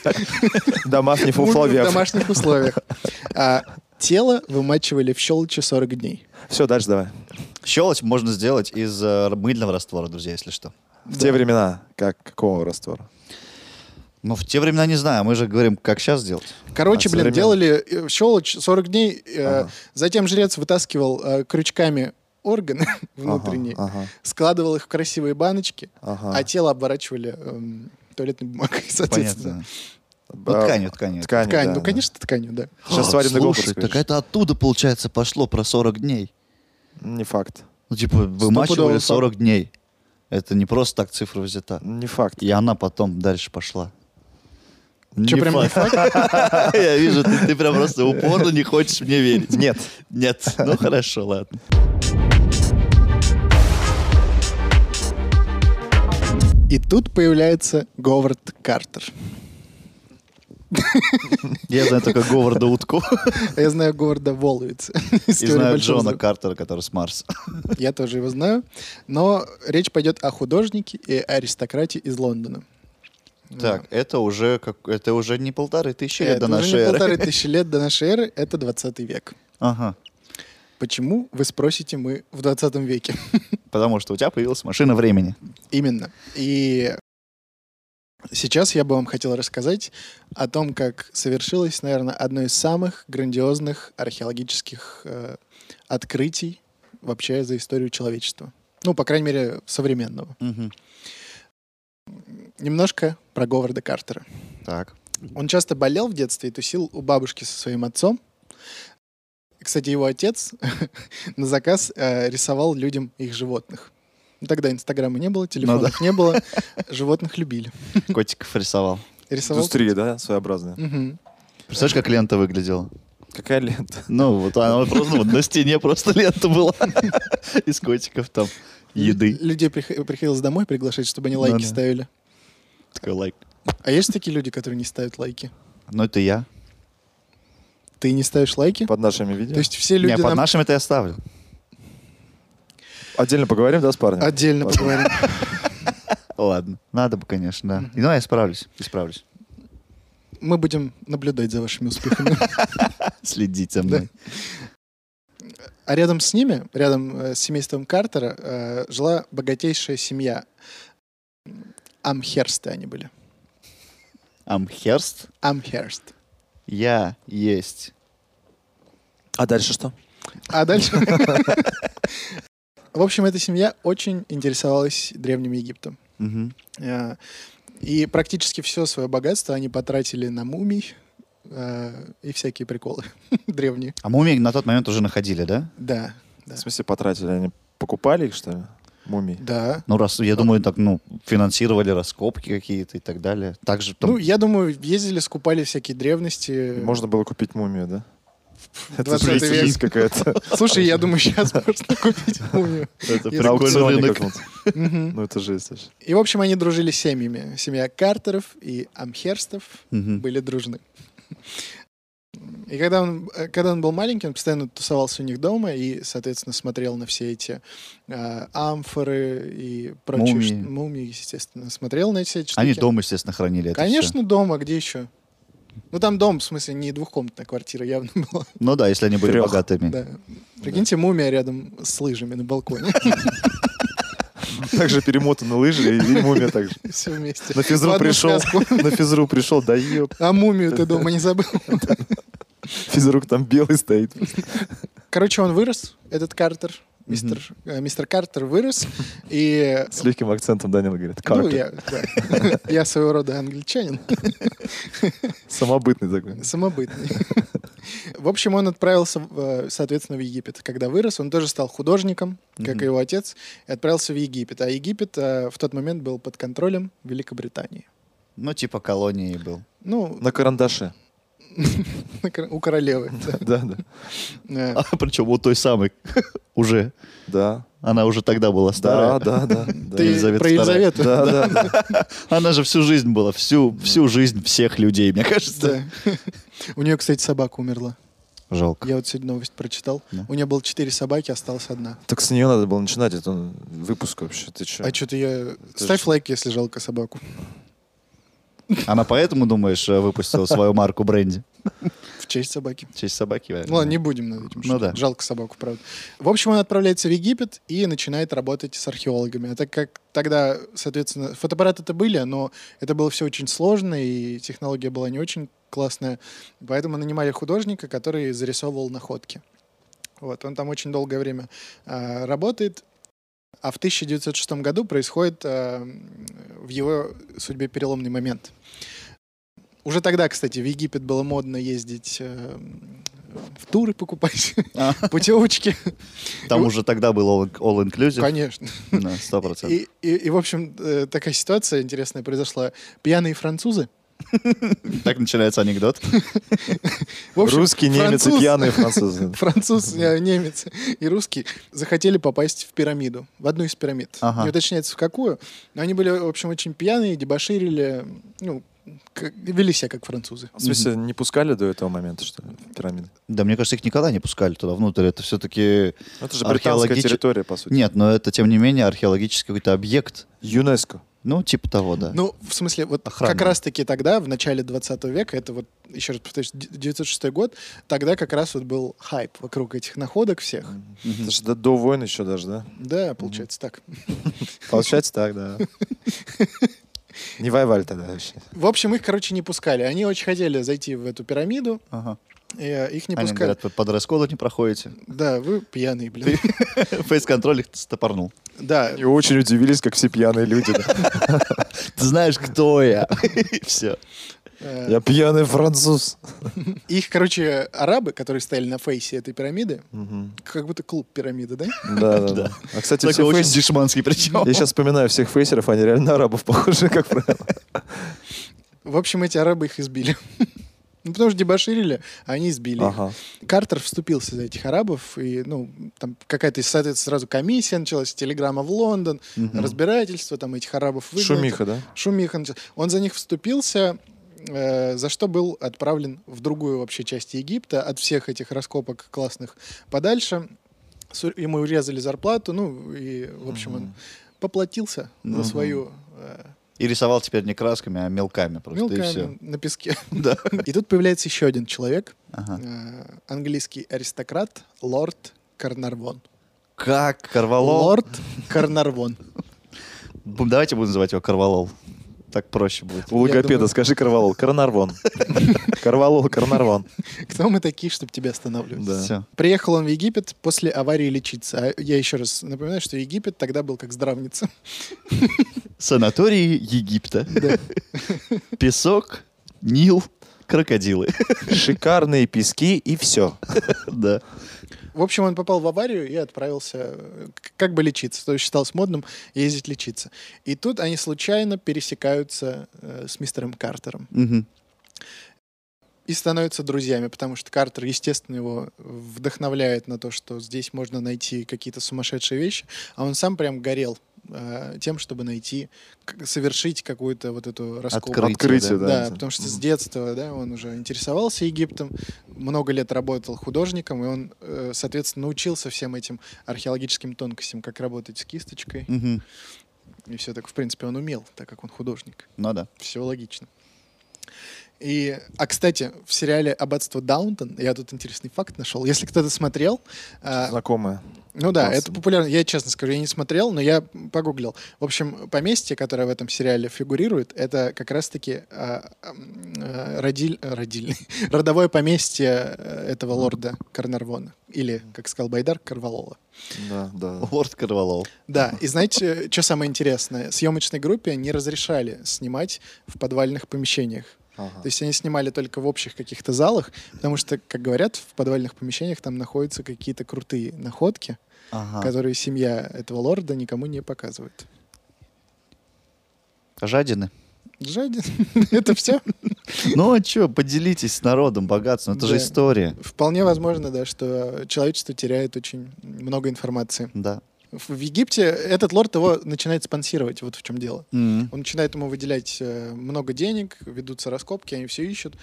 A: Мумию
C: Домашний
A: в
C: фуфловер.
A: домашних условиях. А, тело вымачивали в щелочи 40 дней.
C: Все, дальше давай.
B: Щелочь можно сделать из э, мыльного раствора, друзья, если что.
C: В те времена, как какого раствора?
B: Ну, в те времена не знаю, мы же говорим, как сейчас сделать.
A: Короче,
C: А,
A: блин,
C: современно.
A: делали э, в щелочь 40 дней. э,
C: Ага.
A: Затем жрец вытаскивал э, крючками органы внутренние,
C: Ага,
A: складывал их в красивые баночки,
C: ага,
A: а
C: ага.
A: тело обворачивали эм, туалетной бумагой, соответственно.
B: Понятно. Ну,
C: А,
B: тканью, тканью.
C: Ткань,
A: Ткань,
C: да,
A: ну,
C: да.
A: конечно, тканью, да.
C: Сейчас
B: А,
C: сваренный голубь
B: Слушай, так
C: расскажешь.
B: это оттуда, получается, пошло про 40 дней.
C: Не факт.
B: Ну, типа, вымачивали
A: Стопудово
B: 40 дней. Это не просто так цифра взята.
C: Не факт.
B: И она потом дальше пошла.
A: Чё, прям не факт?
B: Я вижу, ты, ты прям просто упорно не хочешь мне верить.
C: Нет.
B: Нет. Ну хорошо, ладно.
A: И тут появляется Говард Картер.
B: Я знаю только Говарда Утку
A: А Я знаю Говарда Воловица. из
B: и
A: «Теории
B: знаю
A: большого
B: Джона
A: взрыва».
B: Картера, который с Марса.
A: Я тоже его знаю. Но речь пойдет о художнике и аристократе из Лондона.
B: Так, это уже как это уже не полторы тысячи лет
A: Это
B: до
A: уже
B: нашей
A: не
B: эры.
A: полторы тысячи лет до нашей эры, это 20 век.
B: Ага.
A: Почему, вы спросите, мы в 20 веке?
B: Потому что у тебя появилась машина времени.
A: Именно. И сейчас я бы вам хотел рассказать о том, как совершилось, наверное, одно из самых грандиозных археологических э, открытий вообще за историю человечества. Ну, по крайней мере, современного. Немножко про Говарда Картера.
B: Так.
A: Он часто болел в детстве и тусил у бабушки со своим отцом. Кстати, его отец на заказ э, рисовал людям их животных. Ну, Тогда Инстаграма не было, телефонов не было, животных любили.
B: Котиков рисовал.
A: Рисовал.
C: Индустрия, да, своеобразная.
A: Мгм.
B: Представляешь, как лента выглядела?
C: Какая лента?
B: Ну, вот она просто ну, вот на стене просто лента была из котиков там. Еды.
A: Лю- Людей прих- приходилось домой приглашать, чтобы они
B: Ну
A: лайки
B: да.
A: ставили.
B: Такой лайк.
A: А есть такие люди, которые не ставят лайки?
B: Ну, это я.
A: Ты не ставишь лайки?
C: Под нашими видео.
A: То есть все
B: Не,
A: люди
B: под
A: нам
B: нашим это я ставлю.
C: Отдельно поговорим, да, с парнем?
A: отдельно
C: Ладно.
A: поговорим.
B: Ладно. Надо бы, конечно, да. Ну, я справлюсь. Исправлюсь.
A: Мы будем наблюдать за вашими успехами.
B: Следить за мной.
A: А рядом с ними, рядом э, с семейством Картера, э, жила богатейшая семья. Амхерсты они были.
B: Амхерст.
A: Амхерст.
B: Я есть.
C: А дальше что?
A: А дальше... В общем, эта семья очень интересовалась Древним Египтом.
B: Мгм.
A: Э, И практически все свое богатство они потратили на мумий э, и всякие приколы древние.
B: А мумии на тот момент уже находили, да?
A: Да.
C: В смысле, потратили? Они покупали их, что ли? мумий?
A: Да.
B: Ну, раз, я думаю, так, ну, финансировали раскопки какие-то и так далее. Также там...
A: Ну, я думаю, ездили, скупали всякие древности.
C: Можно было купить мумию, да? Это
A: 20 Э, век.
C: прелесть какая-то.
A: Слушай, я думаю, сейчас можно купить мумию.
B: это
A: если-
C: На
B: прикольный
C: аукционе
B: рынок.
C: каком-то.
A: Мгм.
C: Ну это жесть. вообще.
A: И, в общем, они дружили семьями. Семья Картеров и Амхерстов
B: Мгм.
A: были дружны. И когда он, э, когда он был маленький, он постоянно тусовался у них дома и, соответственно, смотрел на все эти э, амфоры и прочие
B: Мумии.
A: ш- мумии, естественно. Смотрел на эти штуки.
B: Они дома, естественно, хранили это
A: Конечно,
B: всё.
A: дома, где еще? Ну, там дом, в смысле, не двухкомнатная квартира явно была.
B: Ну да, если они были
C: Трёх.
B: богатыми.
A: Да. Прикиньте, мумия рядом с лыжами на балконе.
C: Также перемотаны лыжи и и мумия также.
A: Все вместе.
C: На
A: В
C: физру
A: одну
C: пришел,
A: связку.
C: на физру пришел, да еб,
A: А мумию ты дома не забыл?
C: физрук там белый стоит.
A: Короче, он вырос, этот Картер. Мистер, э, мистер Картер вырос, и...
C: С легким акцентом Данил говорит.
A: Ну,
C: Картер.
A: я, да. я своего рода англичанин,
C: Самобытный такой.
A: самобытный. В общем, он отправился, в, э, соответственно, в Египет. Когда вырос, он тоже стал художником, как
B: Мгм.
A: и его отец, и отправился в Египет. А Египет э, в тот момент был под контролем Великобритании.
B: Ну, типа колонии был.
A: Ну,
C: На карандаше.
A: на кор- у королевы.
C: Да,
A: да.
C: да.
A: Э,
B: А, причем у той самой уже.
C: Да,
B: Она уже тогда была
C: да,
B: старая.
C: да, да.
A: Ты
B: Елизавета
A: про
B: II.
A: Елизавету?
C: Да, да, да.
B: Она же всю жизнь была, всю, всю жизнь всех людей, мне кажется.
A: Да. У нее, кстати, собака умерла.
B: Жалко.
A: Я вот сегодня новость прочитал.
B: Да.
A: У нее было четыре собаки, осталась одна.
C: Так с нее надо было начинать, это он- выпуск вообще. Ты че?
A: А что ты я... Ставь
C: ж-
A: лайк, если жалко собаку.
B: Она поэтому, думаешь, э, выпустила свою марку бренди?
A: В честь собаки.
B: В честь собаки,
A: Ну
B: наверное.
A: ладно, не будем над этим.
B: Ну
A: шутить.
B: да.
A: Жалко собаку, правда. В общем, он отправляется в Египет и начинает работать с археологами. А так как тогда, соответственно, фотоаппараты-то были, но это было все очень сложно, и технология была не очень классная. Поэтому нанимали художника, который зарисовывал находки. Вот, он там очень долгое время э, работает. А в 1906 году происходит э, в его судьбе переломный момент. Уже тогда, кстати, в Египет было модно ездить э, в туры покупать,
B: А.
A: путевочки.
B: Там уже тогда был all- all-inclusive.
A: Конечно.
B: на Сто процентов.
A: И, и- и, в общем, э, такая ситуация интересная произошла. Пьяные французы.
B: Так начинается анекдот.
A: В общем,
C: Русский, немец и
A: француз-
C: пьяные французы.
A: Француз, э, немец и русский захотели попасть в пирамиду, в одну из пирамид.
B: Ага.
A: Не уточняется, в какую. Но они были, в общем, очень пьяные, дебоширили, ну, к- вели себя как французы.
C: В смысле, не пускали до этого момента, что ли, пирамиды?
B: Да, мне кажется, их никогда не пускали туда внутрь. Это все-таки...
C: Ну, Это же британская
B: Археологич-
C: территория, по сути.
B: Нет, но это, тем не менее, археологический какой-то объект.
C: ЮНЕСКО.
B: Ну, типа того, да.
A: Ну, в смысле, вот
B: Охрана.
A: как раз-таки тогда, в начале 20 века, это вот, еще раз повторюсь, д- 906 год, тогда как раз вот был хайп вокруг этих находок всех.
C: Это же до- до войны еще даже, да?
A: Да, получается так.
C: Получается так, да. Не воевали тогда вообще.
A: В общем, их, короче, не пускали. Они очень хотели зайти в эту пирамиду,
B: Ага.
A: и, э, их не
B: Они
A: пускали.
B: говорят, «Вы под расколы не проходите.
A: Да, вы пьяные, блин.
B: Фейс-контроль их стопорнул.
A: Да,
C: И очень удивились, как все пьяные люди. да.
B: Ты знаешь, кто я. Все.
A: э,
C: Я пьяный француз.
A: Их, короче, арабы, которые стояли на фейсе этой пирамиды,
C: Мгм.
A: как будто клуб пирамиды, да?
C: Да, да, да.
B: Да.
C: А, кстати,
B: Такой
C: все
B: очень
C: фейсеры...
B: дешманский причем.
C: Я сейчас вспоминаю всех фейсеров, они реально на арабов похожи, как правило.
A: В общем, эти арабы их избили. Ну, потому что дебоширили, а они избили. их.
C: Ага.
A: Картер вступился за этих арабов, и, ну, там какая-то, соответственно, сразу комиссия началась, телеграмма в Лондон, разбирательство, там этих арабов выгнать.
C: Шумиха, да?
A: Шумиха. началась. Он за них вступился, э, за что был отправлен в другую вообще часть Египта, от всех этих раскопок классных подальше. Су- Ему урезали зарплату, ну, и, в общем, он поплатился за
B: Мгм.
A: свою э,
B: И рисовал теперь не красками, а мелками просто. И все.
A: мелками на песке.
B: Да.
A: И тут появляется еще один человек,
B: Ага.
A: э, английский аристократ, лорд Карнарвон.
B: Как Карвалол?
A: Лорд Карнарвон.
B: Бу- Давайте будем называть его Карвалол. Так проще будет.
C: У логопеда
A: думаю-
C: скажи Карвалол. Карнарвон. Карвалол, Карнарвон.
A: Кто мы такие, чтобы тебя останавливать?
C: Да.
B: Все.
A: Приехал он в Египет после аварии лечиться. А я еще раз напоминаю, что Египет тогда был как здравница.
B: Санатории Египта.
A: Да.
B: Песок, Нил, крокодилы.
C: Шикарные пески и все.
B: Да.
A: В общем, он попал в аварию и отправился э, к- как бы лечиться. То есть считалось модным ездить лечиться. И тут они случайно пересекаются э, с мистером Картером
B: Мгм.
A: и становятся друзьями, потому что Картер, естественно, его вдохновляет на то, что здесь можно найти какие-то сумасшедшие вещи, а он сам прям горел э, тем, чтобы найти, к- совершить какую-то вот эту раскопку.
B: Открытие,
C: Открытие, да.
A: Да,
C: это.
A: потому что с
C: Мгм.
A: детства, да, он уже интересовался Египтом, много лет работал художником, и он, э, соответственно, научился всем этим археологическим тонкостям, как работать с кисточкой,
B: Мгм.
A: и все так, в принципе, он умел, так как он художник.
B: Ну да.
A: Все логично. И, а, кстати, в сериале «Аббатство Даунтон» я тут интересный факт нашел. Если кто-то смотрел, а,
C: Знакомая.
A: ну да,
C: Классно.
A: это популярно. Я честно скажу, я не смотрел, но я погуглил. В общем, поместье, которое в этом сериале фигурирует, это как раз-таки а, ам, э, родиль- э, родильный- родовое поместье э, этого лорда Карнарвона. Или, как сказал Байдар, Карвалола.
C: Да, да.
B: Лорд Карвалол.
A: Да, и знаете, что самое интересное? Съемочной группе не разрешали снимать в подвальных помещениях.
C: Ага.
A: То есть они снимали только в общих каких-то залах, потому что, как говорят, в подвальных помещениях там находятся какие-то крутые находки,
B: Ага.
A: которые семья этого лорда никому не показывает.
B: Жадины.
A: Жадин. Это все?
B: Ну а что, поделитесь с народом богатством, это
A: Да.
B: же история.
A: Вполне возможно, да, что человечество теряет очень много информации.
B: Да.
A: В в Египте этот лорд его начинает спонсировать, вот в чем дело.
B: Мгм.
A: Он начинает ему выделять э, много денег, ведутся раскопки, они все ищут.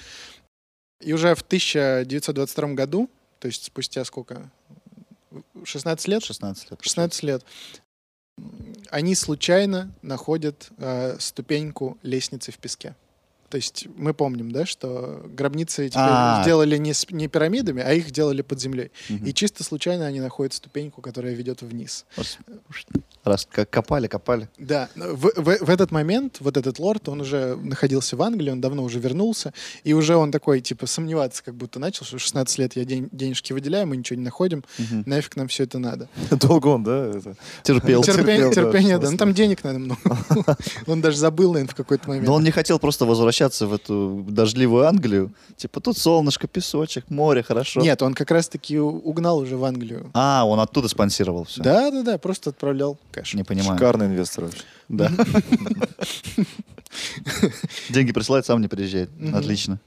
A: И уже в 1922 году, то есть спустя сколько? 16 лет?
B: 16 лет.
A: 16 лет. Они случайно находят э, ступеньку лестницы в песке. То есть мы помним, да, что гробницы теперь
B: А.
A: сделали не, с- не пирамидами, а их делали под землей.
B: Мгм.
A: И чисто случайно они находят ступеньку, которая ведет вниз.
B: Раз к- копали, копали.
A: Да, но в, в- в этот момент вот этот лорд, он уже находился в Англии, он давно уже вернулся, и уже он такой, типа, сомневаться как будто начал, что 16 лет я ден- денежки выделяю, мы ничего не находим,
B: Мгм.
A: нафиг нам все это надо.
C: Долго он, да? это?
B: Терпел.
A: Терпе-
C: терпел, да,
A: терпение, да.
C: просто.
A: Ну там денег надо много. Он даже забыл, наверное, в какой-то момент.
B: Но он не хотел просто возвращаться в эту дождливую Англию. Типа тут солнышко, песочек, море, хорошо.
A: Нет, он как раз-таки у- угнал уже в Англию.
B: А, он оттуда спонсировал все.
A: Да, да, да, просто отправлял кэш.
B: Не понимаю.
C: Шикарный инвестор вообще.
B: Да. Деньги присылает, сам не приезжает.
A: Мгм.
B: Отлично.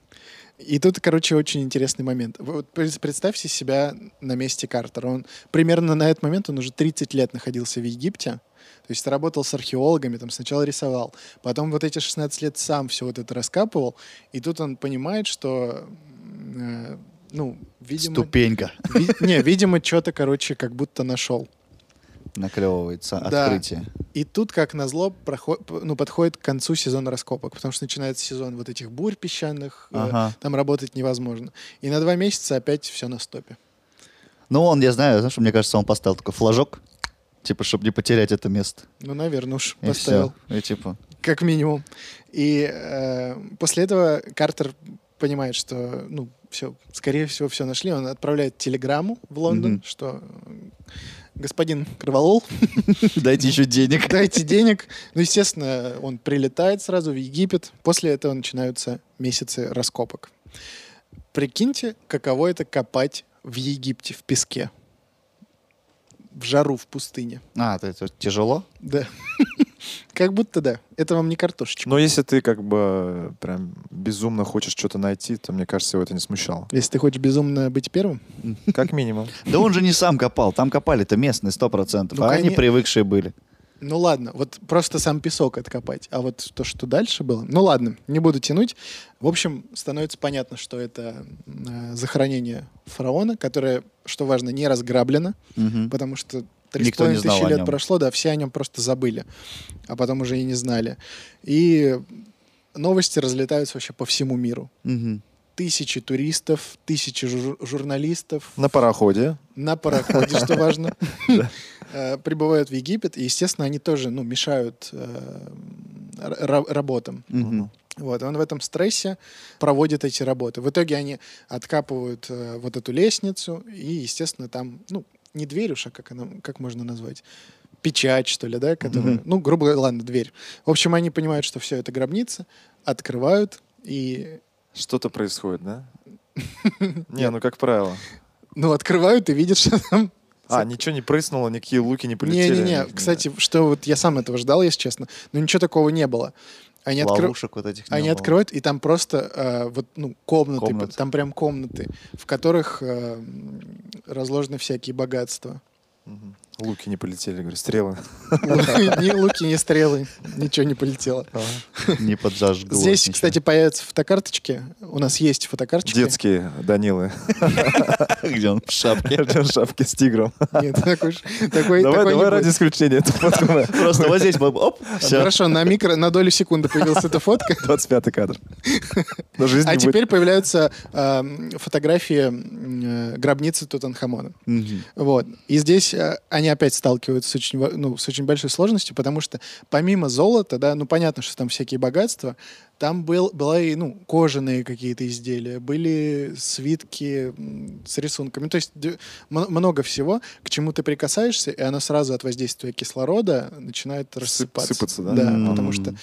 A: И тут, короче, очень интересный момент. Вы Вот пред- представьте себя на месте Картера. Он примерно на этот момент он уже 30 лет находился в Египте. То есть работал с археологами, там сначала рисовал, потом вот эти 16 лет сам все вот это раскапывал, и тут он понимает, что, э, ну, видимо,
B: Ступенька
A: ви- не, видимо, что-то, короче, как будто нашел.
B: наклевывается,
A: Да.
B: открытие.
A: И тут, как назло, проход- п- ну, подходит к концу сезон раскопок, потому что начинается сезон вот этих бурь песчаных, э,
B: Ага.
A: там работать невозможно. И на два месяца опять все на стопе.
B: Ну, он, я знаю, знаешь, мне кажется, он поставил такой флажок, типа, чтобы не потерять это место.
A: Ну, наверное, уж
B: И
A: поставил,
B: всё. И типа,
A: как минимум. И э, после этого Картер понимает, что, ну, все, скорее всего, все нашли. Он отправляет телеграмму в Лондон,
B: Мгм.
A: что э, господин Кроволол,
B: дайте еще денег.
A: дайте денег. Ну, естественно, он прилетает сразу в Египет. После этого начинаются месяцы раскопок. Прикиньте, каково это копать в Египте, в песке. В жару, в пустыне.
B: А, то это тяжело?
A: Да. Как будто да. Это вам не картошечка.
C: Но если ты как бы прям безумно хочешь что-то найти, то, мне кажется, его это не смущало.
A: Если ты хочешь безумно быть первым.
C: Как минимум.
B: Да он же не сам копал, там копали-то местные, сто процентов.
A: Ну,
B: а они
A: коне-
B: привыкшие были.
A: Ну ладно, вот просто сам песок откопать, а вот то, что дальше было, ну ладно, не буду тянуть. В общем, становится понятно, что это э, захоронение фараона, которое, что важно, не разграблено,
B: Мгм.
A: потому что
B: Никто не
A: 3,5
B: знал
A: тысячи
B: о
A: лет
B: нем.
A: прошло, да, все о нем просто забыли, а потом уже и не знали. И новости разлетаются вообще по всему миру.
B: Мгм.
A: Тысячи туристов, тысячи жур- журналистов
C: На пароходе.
A: на пароходе, что важно, э, прибывают в Египет, и, естественно, они тоже, ну, мешают э, ра- работам.
B: Мгм.
A: Вот, он в этом стрессе проводит эти работы. В итоге они откапывают э, вот эту лестницу, и, естественно, там, ну, не дверь уж, а как, она, как можно назвать? Печать, что ли, да? Которая,
B: Мгм.
A: Ну, грубо говоря, ладно, дверь. В общем, они понимают, что все это гробница, открывают, и
C: Что-то происходит, да? Не, ну как правило.
A: Ну, открывают и видят, что там...
C: А, ничего не прыснуло, никакие луки не полетели?
A: Не-не-не,
C: Ни-
A: кстати, что вот я сам этого ждал, если честно, но ничего такого не а было. Они, откры-
B: Ловушек вот этих не
A: Они
B: было.
A: открывают, и там просто э, вот, ну, комнаты,
B: Комнаты.
A: там прям комнаты, в которых э, м, разложены всякие богатства.
C: Мгм. Луки не полетели, говорю, стрелы.
A: Ни луки, ни стрелы, ничего не полетело.
B: Не поджажгло.
A: Здесь,
B: ничего.
A: кстати, появятся фотокарточки. У нас есть фотокарточки.
C: Детские Данилы.
B: Где он? В шапке.
C: Шапки с тигром.
A: Нет, такой, ж- такой, такой не
C: Давай, давай ради
A: будет.
C: исключения. Это потом
B: Просто вот здесь, боб, оп, все.
A: Хорошо, на микро, на долю секунды появилась эта фотка.
C: 25 кадр. Но жизнь
A: А
C: не будет.
A: теперь появляются эм, фотографии м, э, гробницы Тутанхамона. Вот. И здесь э, они опять сталкиваются с очень, во- ну, с очень большой сложностью, потому что помимо золота, да, ну понятно, что там всякие богатства, там был, была и ну, кожаные какие-то изделия, были свитки м, с рисунками. То есть д- м- много всего, к чему ты прикасаешься, и оно сразу от воздействия кислорода начинает рассыпаться.
C: сыпаться, да?
B: М.
A: потому что,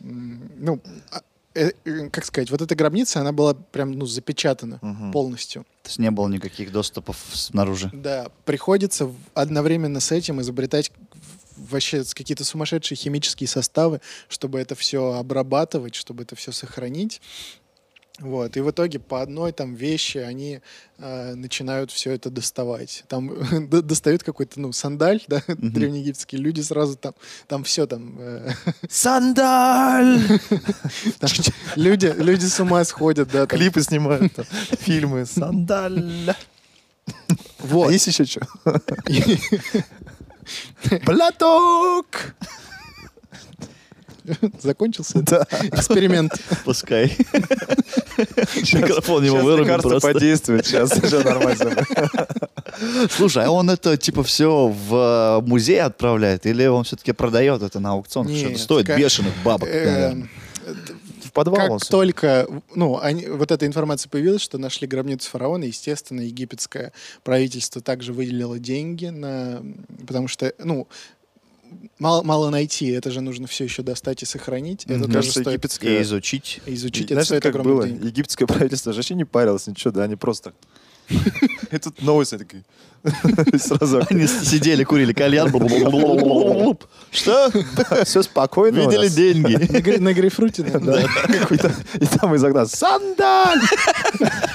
A: м, ну, а, э, э, как сказать, вот эта гробница, она была прям, ну, запечатана
C: Мгм.
A: полностью.
B: То есть не было никаких доступов снаружи.
A: Да, приходится в- одновременно с этим изобретать в- вообще с- какие-то сумасшедшие химические составы, чтобы это все обрабатывать, чтобы это все сохранить. Вот. И в итоге по одной там вещи они э, начинают все это доставать. Там до- достают какой-то, ну, сандаль, да, древнеегипетские люди сразу там, там все там... э,
C: Сандаль!
A: там люди, люди с ума сходят, да. там.
C: Клипы снимают, там, фильмы. Сандаль. А
A: Вот.
C: есть еще что? Платок!
A: Закончился этот эксперимент.
B: Пускай. Микрофон его
C: Сейчас
B: вырубим
C: лекарство
B: просто.
C: подействует. Сейчас уже нормально. всё будет.
B: Слушай, а он это типа все в э, музей отправляет или он все-таки продает это на аукцион? Потому что
A: Нет,
B: это стоит
A: ка-
B: бешеных бабок.
A: Эм,
B: наверное.
C: В подвал он
A: Как только ну, они, вот эта информация появилась, что нашли гробницу фараона, естественно, египетское правительство также выделило деньги на... Потому что, ну, мало, мало найти, это же нужно все еще достать и сохранить. Это
B: Мне
A: тоже
C: Кажется,
A: стоит
B: И
C: египетское...
B: изучить.
A: изучить. это
C: Знаешь,
A: стоит
C: как
A: огромных
C: было?
A: денег.
C: Египетское правительство же вообще не парилось, ничего, да, они просто... И тут новости такие. Сразу
B: Они с- сидели, курили кальян. бу-бу-бу-бу-бу-бу-бу. Что?
C: все спокойно. у
B: Видели
C: нас.
B: деньги.
A: На, гри- на грейпфруте, наверное.
C: Да. Какой-то- И там из окна сандаль!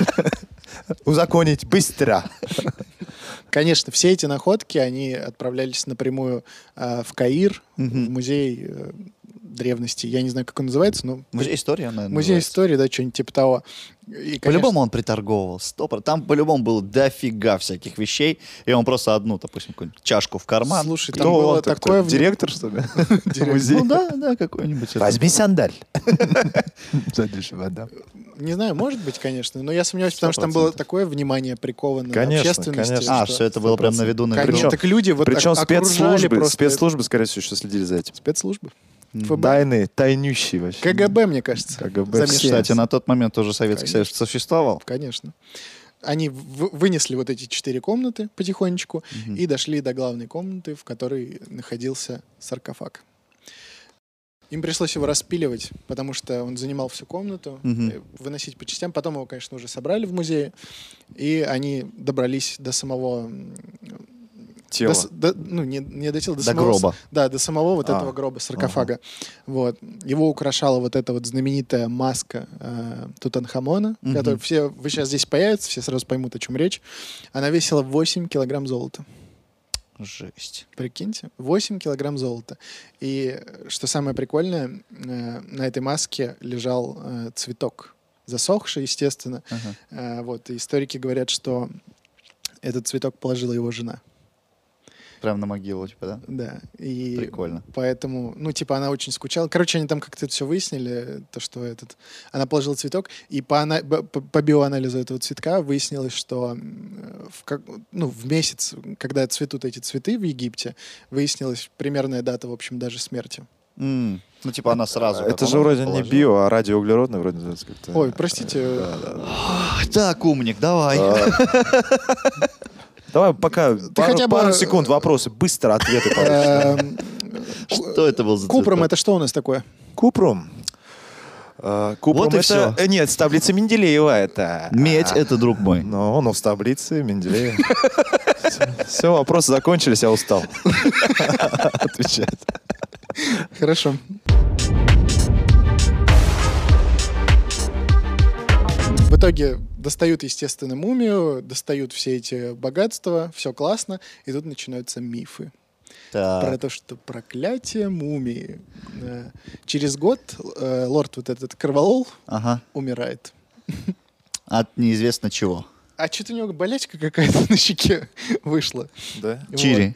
C: Узаконить быстро.
A: Конечно, все эти находки, они отправлялись напрямую а, в Каир, в музей э, древности. Я не знаю, как он называется, но...
B: Музей истории, он, наверное,
A: Музей
B: называется.
A: истории, да, что-нибудь типа того. И, конечно,
B: По-любому он приторговывал. Стопор. Там по-любому было дофига всяких вещей. И он просто одну, допустим, какую-нибудь чашку в карман.
A: Слушай, там
C: Кто
A: было
C: Ну, он? Ты
A: такое...
C: кто,
A: в-
C: Директор, что ли? Музей.
B: Ну да, да, какой-нибудь. это.
C: сандаль. Следующий вода.
A: Не знаю, может быть, конечно, но я сомневаюсь, потому что там
B: 100%.
A: было такое внимание приковано
C: Конечно,
A: общественности.
C: конечно.
B: А, что это было прям на виду, на
A: Конечно,
B: виду.
A: так люди вот
C: Причем
A: ок- окружали
C: спецслужбы,
A: просто
C: спецслужбы, скорее всего, еще следили за этим.
A: это. спецслужбы. ФБ.
C: Тайные, тайнющие вообще.
A: КГБ, мне кажется.
C: КГБ.
A: замешано.
C: Все.
B: Кстати, на тот момент тоже Советский
A: Конечно.
B: Союз существовал.
A: Конечно. Они в- вынесли вот эти четыре комнаты потихонечку и дошли до главной комнаты, в которой находился саркофаг. Им пришлось его распиливать, потому что он занимал всю комнату,
B: Мгм.
A: э, выносить по частям. Потом его, конечно, уже собрали в музее, и они добрались до самого м,
C: Тело.
A: До с- до- ну, не, не до тела, до,
B: До
A: самого,
B: гроба.
A: с- Да, до самого вот
C: А,
A: этого гроба, саркофага. Вот. Его украшала вот эта вот знаменитая маска э, Тутанхамона,
B: Мгм.
A: которую все, вы сейчас здесь появится, все сразу поймут, о чем речь. Она весила 8 килограмм золота.
B: Жесть.
A: Прикиньте, 8 килограмм золота. И э, что самое прикольное, э, на этой маске лежал э, цветок. Засохший, естественно.
B: Ага.
A: Э, вот. И историки говорят, что этот цветок положила его жена.
B: Прям на могилу, типа, да?
A: Да. И
B: Прикольно.
A: Поэтому, ну, типа, она очень скучала. Короче, они там как-то это все выяснили, то, что этот... Она положила цветок, и по, ана- б- по- по биоанализу этого цветка выяснилось, что м, в, как- ну, в месяц, когда цветут эти цветы в Египте, выяснилась примерная дата, в общем, даже смерти.
B: М, Ну, типа, она сразу.
C: Это
B: потом
C: же вроде не
B: положила.
C: био, а радиоуглеродное вроде называется как-то.
A: Ой, простите.
B: Ах, Так, умник, давай.
C: А, Давай пока пару,
A: хотя бы-
C: пару секунд вопросы, быстро ответы. пожалуйста.
A: эм,
B: Что это был за
A: Купрум —
B: цветок?
A: это что у нас такое?
C: Купрум. Э, Э, Купром
B: Вот и
C: это-
B: всё.
C: э, Нет, с таблицы Менделеева это. А,
A: А.
B: Медь — это друг мой.
C: Ну, ну, с таблицы Менделеева. Все, вопросы закончились, я устал. Отвечать.
A: Хорошо. В итоге достают, естественно, мумию, достают все эти богатства, все классно, и тут начинаются мифы. Про
B: Так.
A: то, что проклятие мумии. Э, Через год э, лорд вот этот Кроволол
B: Ага.
A: умирает.
B: От неизвестно чего.
A: А что-то у него болячка какая-то на щеке вышла.
C: Да?
A: Вот.
B: Чири.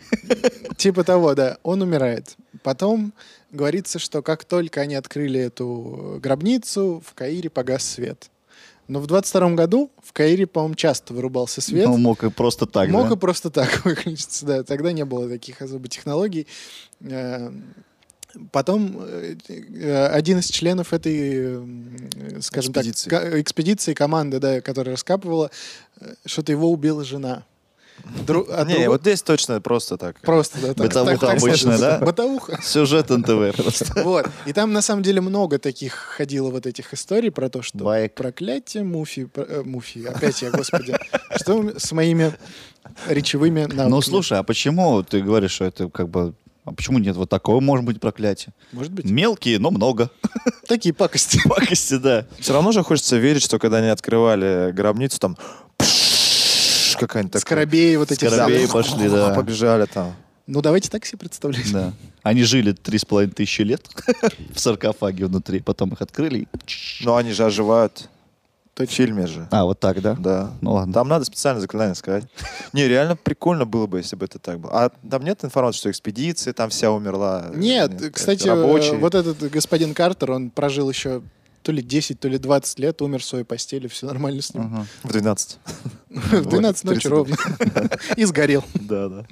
A: Типа того, да. Он умирает. Потом говорится, что как только они открыли эту э, гробницу, в Каире погас свет. Но в 22 году в Каире, по-моему, часто вырубался свет.
B: Ну, мог и просто так,
A: Мог
B: да?
A: и просто так выключиться, да. Тогда не было таких особо технологий. Э, Потом э, э, один из членов этой, э, скажем
C: Экспедиции.
A: так, ко- экспедиции команды, да, которая раскапывала, э, что-то его убила жена. Дру- а
C: Не,
A: друга-
C: вот здесь точно просто так.
A: Просто, да. так-
B: Бытовуха
A: так- так
B: обычная,
A: сложилось,
B: да?
A: Бытовуха.
B: Сюжет НТВ просто.
A: Вот. И там, на самом деле, много таких ходило вот этих историй про то, что
B: Байк.
A: проклятие Муфи... пр- э, Муфи, опять я, господи. Что м- с моими речевыми навыками?
B: Ну, слушай, а почему ты говоришь, что это как бы... А почему нет? Вот такого может быть проклятие.
A: Может быть,
B: Мелкие, но много.
A: такие пакости.
B: Пакости, да.
C: Все равно же хочется верить, что когда они открывали гробницу, там пш- какая-нибудь такая.
A: Скоробеи вот эти.
B: Скоробеи
A: самые.
B: пошли, да.
C: Побежали там.
A: Ну, давайте так себе представлять.
B: Да. Они жили три с половиной тысячи лет в саркофаге внутри, потом их открыли. и-
C: Но они же оживают. В
A: Точно.
C: фильме же.
B: А, вот так, да?
C: Да.
B: Ну ладно.
C: Там надо специально заклинание сказать. Не, реально прикольно было бы, если бы это так было. А там нет информации, что экспедиция там вся умерла?
A: Нет, кстати,
C: рабочие.
A: э, вот этот господин Картер, он прожил еще то ли 10, то ли 20 лет, умер в своей постели, все нормально с ним.
B: Ага.
C: В 12.
A: В 12 ночи
C: 30.
A: ровно. И сгорел.
B: Да, да.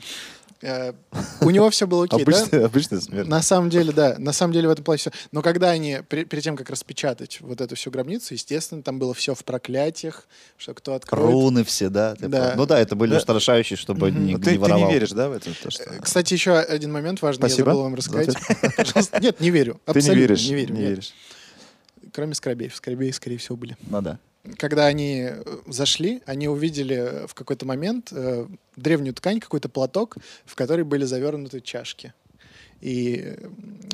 A: Э, У него все было окей, да?
C: Обычная, обычная смерть.
A: На самом деле, да. На самом деле в этом плане все. Но когда они, пре- перед тем, как распечатать вот эту всю гробницу, естественно, там было все в проклятиях, что кто откроет.
B: Руны все, да? ты
A: Да.
B: прав. Ну да, это были
C: Да.
B: устрашающие, чтобы
A: Мгм.
B: не
C: Ну, ты,
B: не
C: ты не
B: воровал.
C: веришь, да, в это? то, что-
A: Э, Кстати, еще один момент важный,
C: Спасибо
A: я забыл вам
C: за
A: рассказать. Пожалуйста. Нет, не верю.
C: Ты не
A: Абсолютно
C: веришь?
A: Не верю.
C: Не
A: нет.
C: веришь.
A: Кроме Скоробеев. Скоробеи, скорее всего, были.
B: Ну да.
A: Когда они э, зашли, они увидели в какой-то момент э, древнюю ткань, какой-то платок, в который были завернуты чашки. И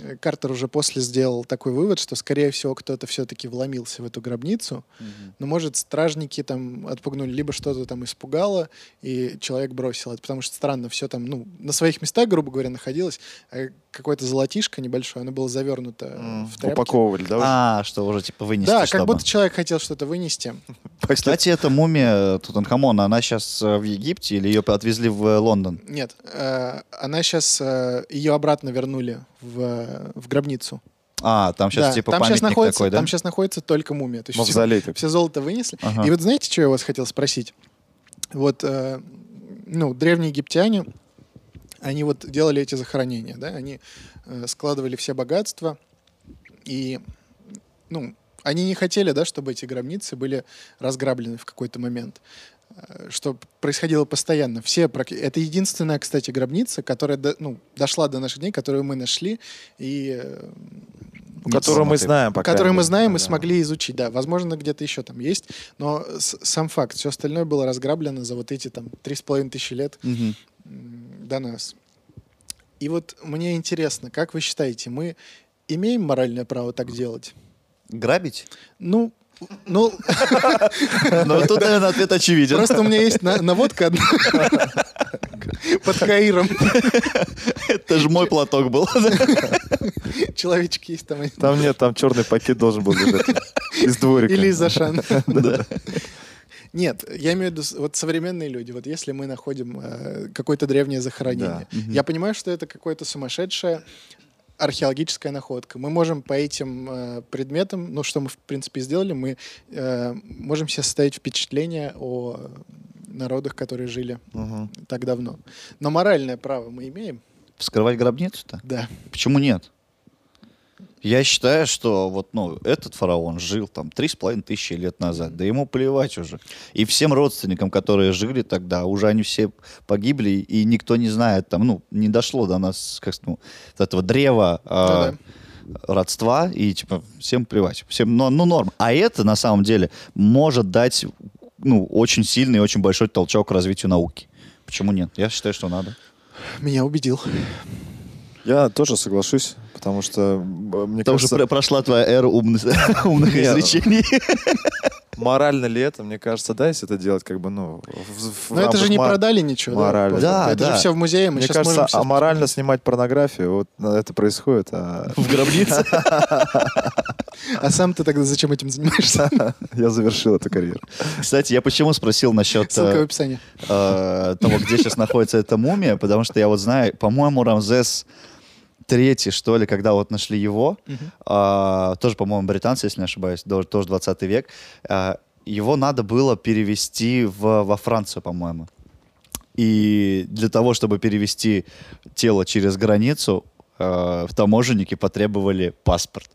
A: э, Картер уже после сделал такой вывод, что, скорее всего, кто-то все-таки вломился в эту гробницу. Но, может, стражники там отпугнули, либо что-то там испугало, и человек бросил это. Потому что странно, все там, ну, на своих местах, грубо говоря, находилось. а какое-то золотишко небольшое, оно было завернуто э,
C: М,
A: в тряпки.
C: Упаковывали, да? уже?
B: А, что уже типа вынести,
A: Да, как
B: чтобы.
A: будто человек хотел что-то вынести.
B: Кстати, эта мумия Тутанхамона, она сейчас в Египте или ее отвезли в э, Лондон?
A: Нет, э, она сейчас ее обратно вернули в, э, в гробницу.
B: А, там сейчас
A: Да,
B: типа
A: там щас
B: памятник
A: находится,
B: такой, да?
A: Там сейчас находится только мумия. То есть все,
C: Мавзолей такой.
A: все золото вынесли.
B: Ага.
A: И вот знаете, что я вас хотел спросить? Вот, э, ну, древние египтяне, они вот делали эти захоронения, да, они э, складывали все богатства, и, ну, они не хотели, да, чтобы эти гробницы были разграблены в какой-то момент, Э, что происходило постоянно. Все, прак- это единственная, кстати, гробница, которая, до- ну, дошла до наших дней, которую мы нашли, и э,
B: Нет,
C: Которую мы
B: смотри.
C: знаем пока.
A: которые мы знаем и
C: Да.
A: смогли изучить, да. Возможно, где-то еще там есть, но с- сам факт, все остальное было разграблено за вот эти там три с половиной тысячи лет
B: Мгм.
A: м, до нас. И вот мне интересно, как вы считаете, мы имеем моральное право так делать?
B: Грабить?
A: Ну, ну,
B: Ну, тут, наверное, ответ очевиден.
A: просто у меня есть на- наводка одна под Каиром.
B: Это же мой платок был.
A: Человечки есть там. они.
C: Там нет, там черный пакет должен был лежать. Из дворика.
A: Или из Ашана.
B: Да.
A: Нет, я имею в виду с- вот современные люди. Вот если мы находим э, какое-то древнее захоронение,
B: Да. Мгм.
A: я понимаю, что это какое-то сумасшедшее археологическая находка. Мы можем по этим э, предметам, ну что мы в принципе и сделали, мы э, можем себе составить впечатление о народах, которые жили
C: Мгм.
A: так давно. Но моральное право мы имеем,
B: Вскрывать гробницу-то?
A: да.
B: Почему нет? Я считаю, что вот, ну, этот фараон жил там три с половиной тысячи лет назад, да ему плевать уже. И всем родственникам, которые жили тогда, уже они все погибли, и никто не знает там, ну, не дошло до нас, как ну, вот этого древа а,
A: Ну
B: родства, и типа всем плевать. Всем, ну, ну, норм. А это, на самом деле, может дать ну, очень сильный, очень большой толчок к развитию науки. Почему нет? Я считаю, что надо.
A: Меня убедил.
C: Я тоже соглашусь, потому что, б- мне
B: Потому
C: кажется,
B: что пр- прошла твоя эра умных, умных
C: Не, ну,
B: изречений.
C: морально ли это, мне кажется, да, если это делать как бы, ну, в- в- в
A: Но это же
C: рамках
A: не
C: мор-
A: продали ничего.
C: морально.
A: просто.
B: Да,
A: Это
B: да.
A: же все в музее, мы
C: Мне
A: сейчас
C: кажется, а
A: можем... всё-
C: аморально снимать порнографию, вот ну, это происходит, а
B: В гробнице.
A: А сам ты тогда зачем этим занимаешься?
C: я завершил эту карьеру.
B: Кстати, я почему спросил насчет
A: Ссылка в
B: э,
A: описании.
B: э, того, где сейчас находится эта мумия, потому что я вот знаю, по-моему, Рамзес третий, что ли, когда вот нашли его, а, тоже, по-моему, британцы, если не ошибаюсь, до- тоже 20 век, а, его надо было перевести в- во Францию, по-моему. И для того, чтобы перевести тело через границу, э, таможенники потребовали паспорт.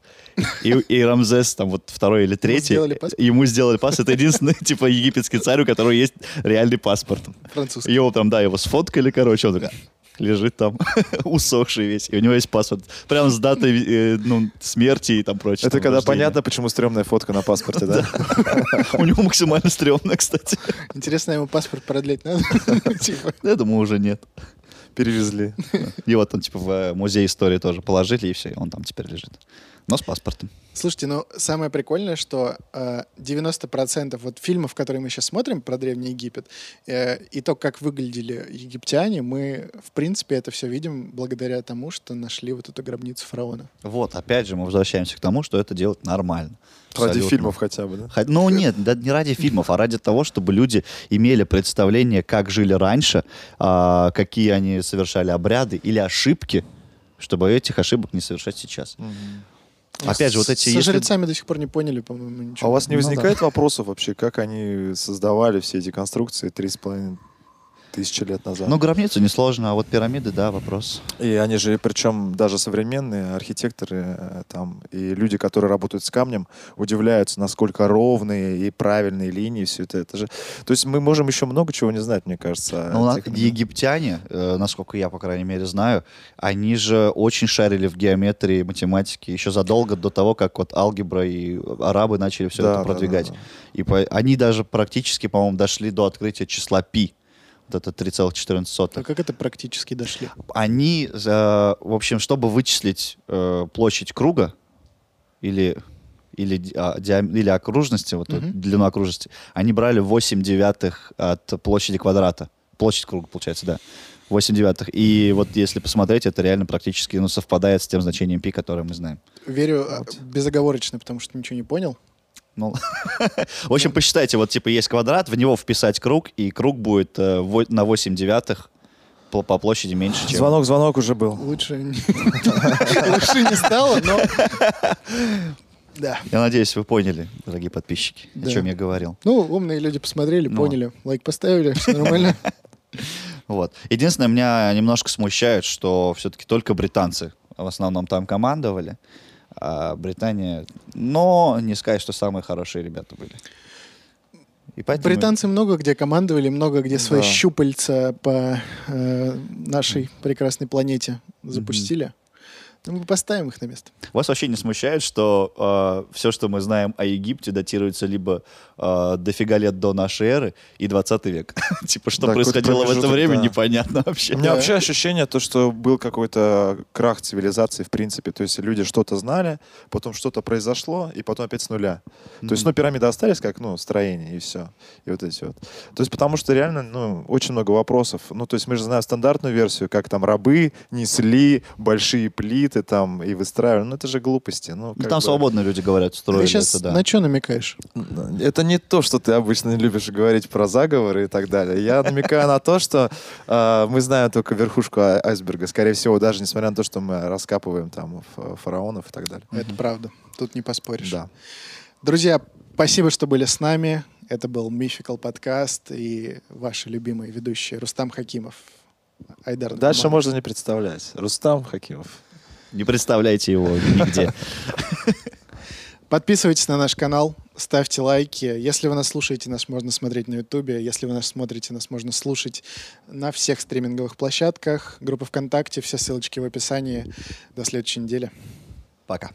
B: И, и Рамзес, там вот второй или третий,
A: сделали паспорт?
B: ему сделали паспорт. Это единственный, типа, египетский царь, у которого есть реальный паспорт.
A: Французский.
B: Его там, да, его сфоткали, короче, он такой, лежит там, усохший весь, и у него есть паспорт. Прям с датой э, ну, смерти и там прочее.
C: Это
B: там,
C: когда
B: рождения.
C: понятно, почему стрёмная фотка на паспорте, да?
B: У него максимально стрёмно, кстати.
A: Интересно, ему паспорт продлить надо? Типа.
B: Я думаю, уже нет.
C: Перевезли.
B: Его там, типа, в э, музей истории тоже положили, и все, он там теперь лежит. Но с паспортом.
A: Слушайте, ну самое прикольное, что э, 90% вот фильмов, которые мы сейчас смотрим про Древний Египет, э, и то, как выглядели египтяне, мы, в принципе, это все видим благодаря тому, что нашли вот эту гробницу фараона.
B: Вот, опять же, мы возвращаемся к тому, что это делать нормально.
C: Ради
B: Абсолютно.
C: фильмов хотя бы, да?
B: Хо- Ну нет, да не ради фильмов, а ради того, чтобы люди имели представление, как жили раньше, а, какие они совершали обряды или ошибки, чтобы этих ошибок не совершать сейчас. А Опять же, вот
A: С-
B: эти...
A: Со
B: если-
A: жрецами до сих пор не поняли, по-моему, ничего.
C: А у вас не
B: Ну да.
C: возникает вопросов вообще, как они создавали все эти конструкции 3,5 тысячи лет назад?
B: Ну, гробницу несложно, а вот пирамиды, да, вопрос.
C: И они же, причем даже современные архитекторы э, там и люди, которые работают с камнем, удивляются, насколько ровные и правильные линии все это. это же... То есть мы можем еще много чего не знать, мне кажется. о
B: Ну, на-
C: тех временах.
B: египтяне, э, насколько я, по крайней мере, знаю, они же очень шарили в геометрии, математике еще задолго до того, как вот алгебра и арабы начали все
C: Да,
B: это
C: да,
B: продвигать.
C: да, да.
B: И по- они даже практически, по-моему, дошли до открытия числа пи. Вот это 3,14.
A: А как это практически дошли?
B: Они, э, в общем, чтобы вычислить э, площадь круга или, или, ди- а, диам- или окружности, вот эту
A: Мгм.
B: длину окружности, они брали 8 девятых от площади квадрата. Площадь круга, получается, да. 8 девятых. И вот если посмотреть, это реально практически ну, совпадает с тем значением пи, которое мы знаем.
A: Верю а, безоговорочно, потому что ничего не понял.
B: Ну, в общем, посчитайте, вот типа есть квадрат, в него вписать круг, и круг будет э, во- на 8 девятых по, по площади меньше, чем...
C: Звонок, звонок уже был.
A: Лучше не- лучше не стало, но... Да.
B: Я надеюсь, вы поняли, дорогие подписчики,
A: Да.
B: о чем я говорил.
A: Ну, умные люди посмотрели,
B: Ну.
A: поняли, лайк поставили, все нормально.
B: Вот. Единственное, меня немножко смущает, что все-таки только британцы в основном там командовали. А Британия, но не сказать, что самые хорошие ребята были. И поэтому...
A: Британцы много где командовали, много где свои
C: Да.
A: щупальца по э, нашей прекрасной планете запустили. Ну, мы поставим их на место.
B: Вас вообще не смущает, что все, что мы знаем о Египте, датируется либо э, дофига лет до нашей эры и 20 век. типа, что
C: Да, какой-то
B: происходило в это
C: промежуток,
B: время,
C: да.
B: непонятно
C: У
B: вообще.
C: меня
A: Да.
C: вообще ощущение, то, что был какой-то крах цивилизации, в принципе. То есть люди что-то знали, потом что-то произошло, и потом опять с нуля. То есть, ну, пирамиды остались как, ну, строение и все. И вот эти вот. То есть, потому что реально, ну, очень много вопросов. Ну, то есть, мы же знаем стандартную версию, как там рабы несли большие плиты там и выстраивали. Ну, это же глупости. Ну,
B: Ну,
C: как
B: там
C: бы-
B: свободно люди говорят, строили
A: Ты сейчас
B: это, да.
A: на что намекаешь?
C: Это не то, что ты обычно любишь говорить про заговоры и так далее. Я намекаю на то, что э, мы знаем только верхушку а- айсберга. Скорее всего, даже несмотря на то, что мы раскапываем там ф- фараонов и так далее.
A: Это правда. Тут не поспоришь.
C: Да.
A: Друзья, спасибо, что были с нами. Это был Мификал подкаст и ваши любимые ведущие Рустам Хакимов. Айдар
C: Дальше
A: Нагуманов.
C: можно не представлять. Рустам Хакимов.
B: Не представляете его нигде.
A: Подписывайтесь на наш канал, ставьте лайки. Если вы нас слушаете, нас можно смотреть на Ютубе. Если вы нас смотрите, нас можно слушать на всех стриминговых площадках, группа ВКонтакте, все ссылочки в описании. До следующей недели.
B: Пока.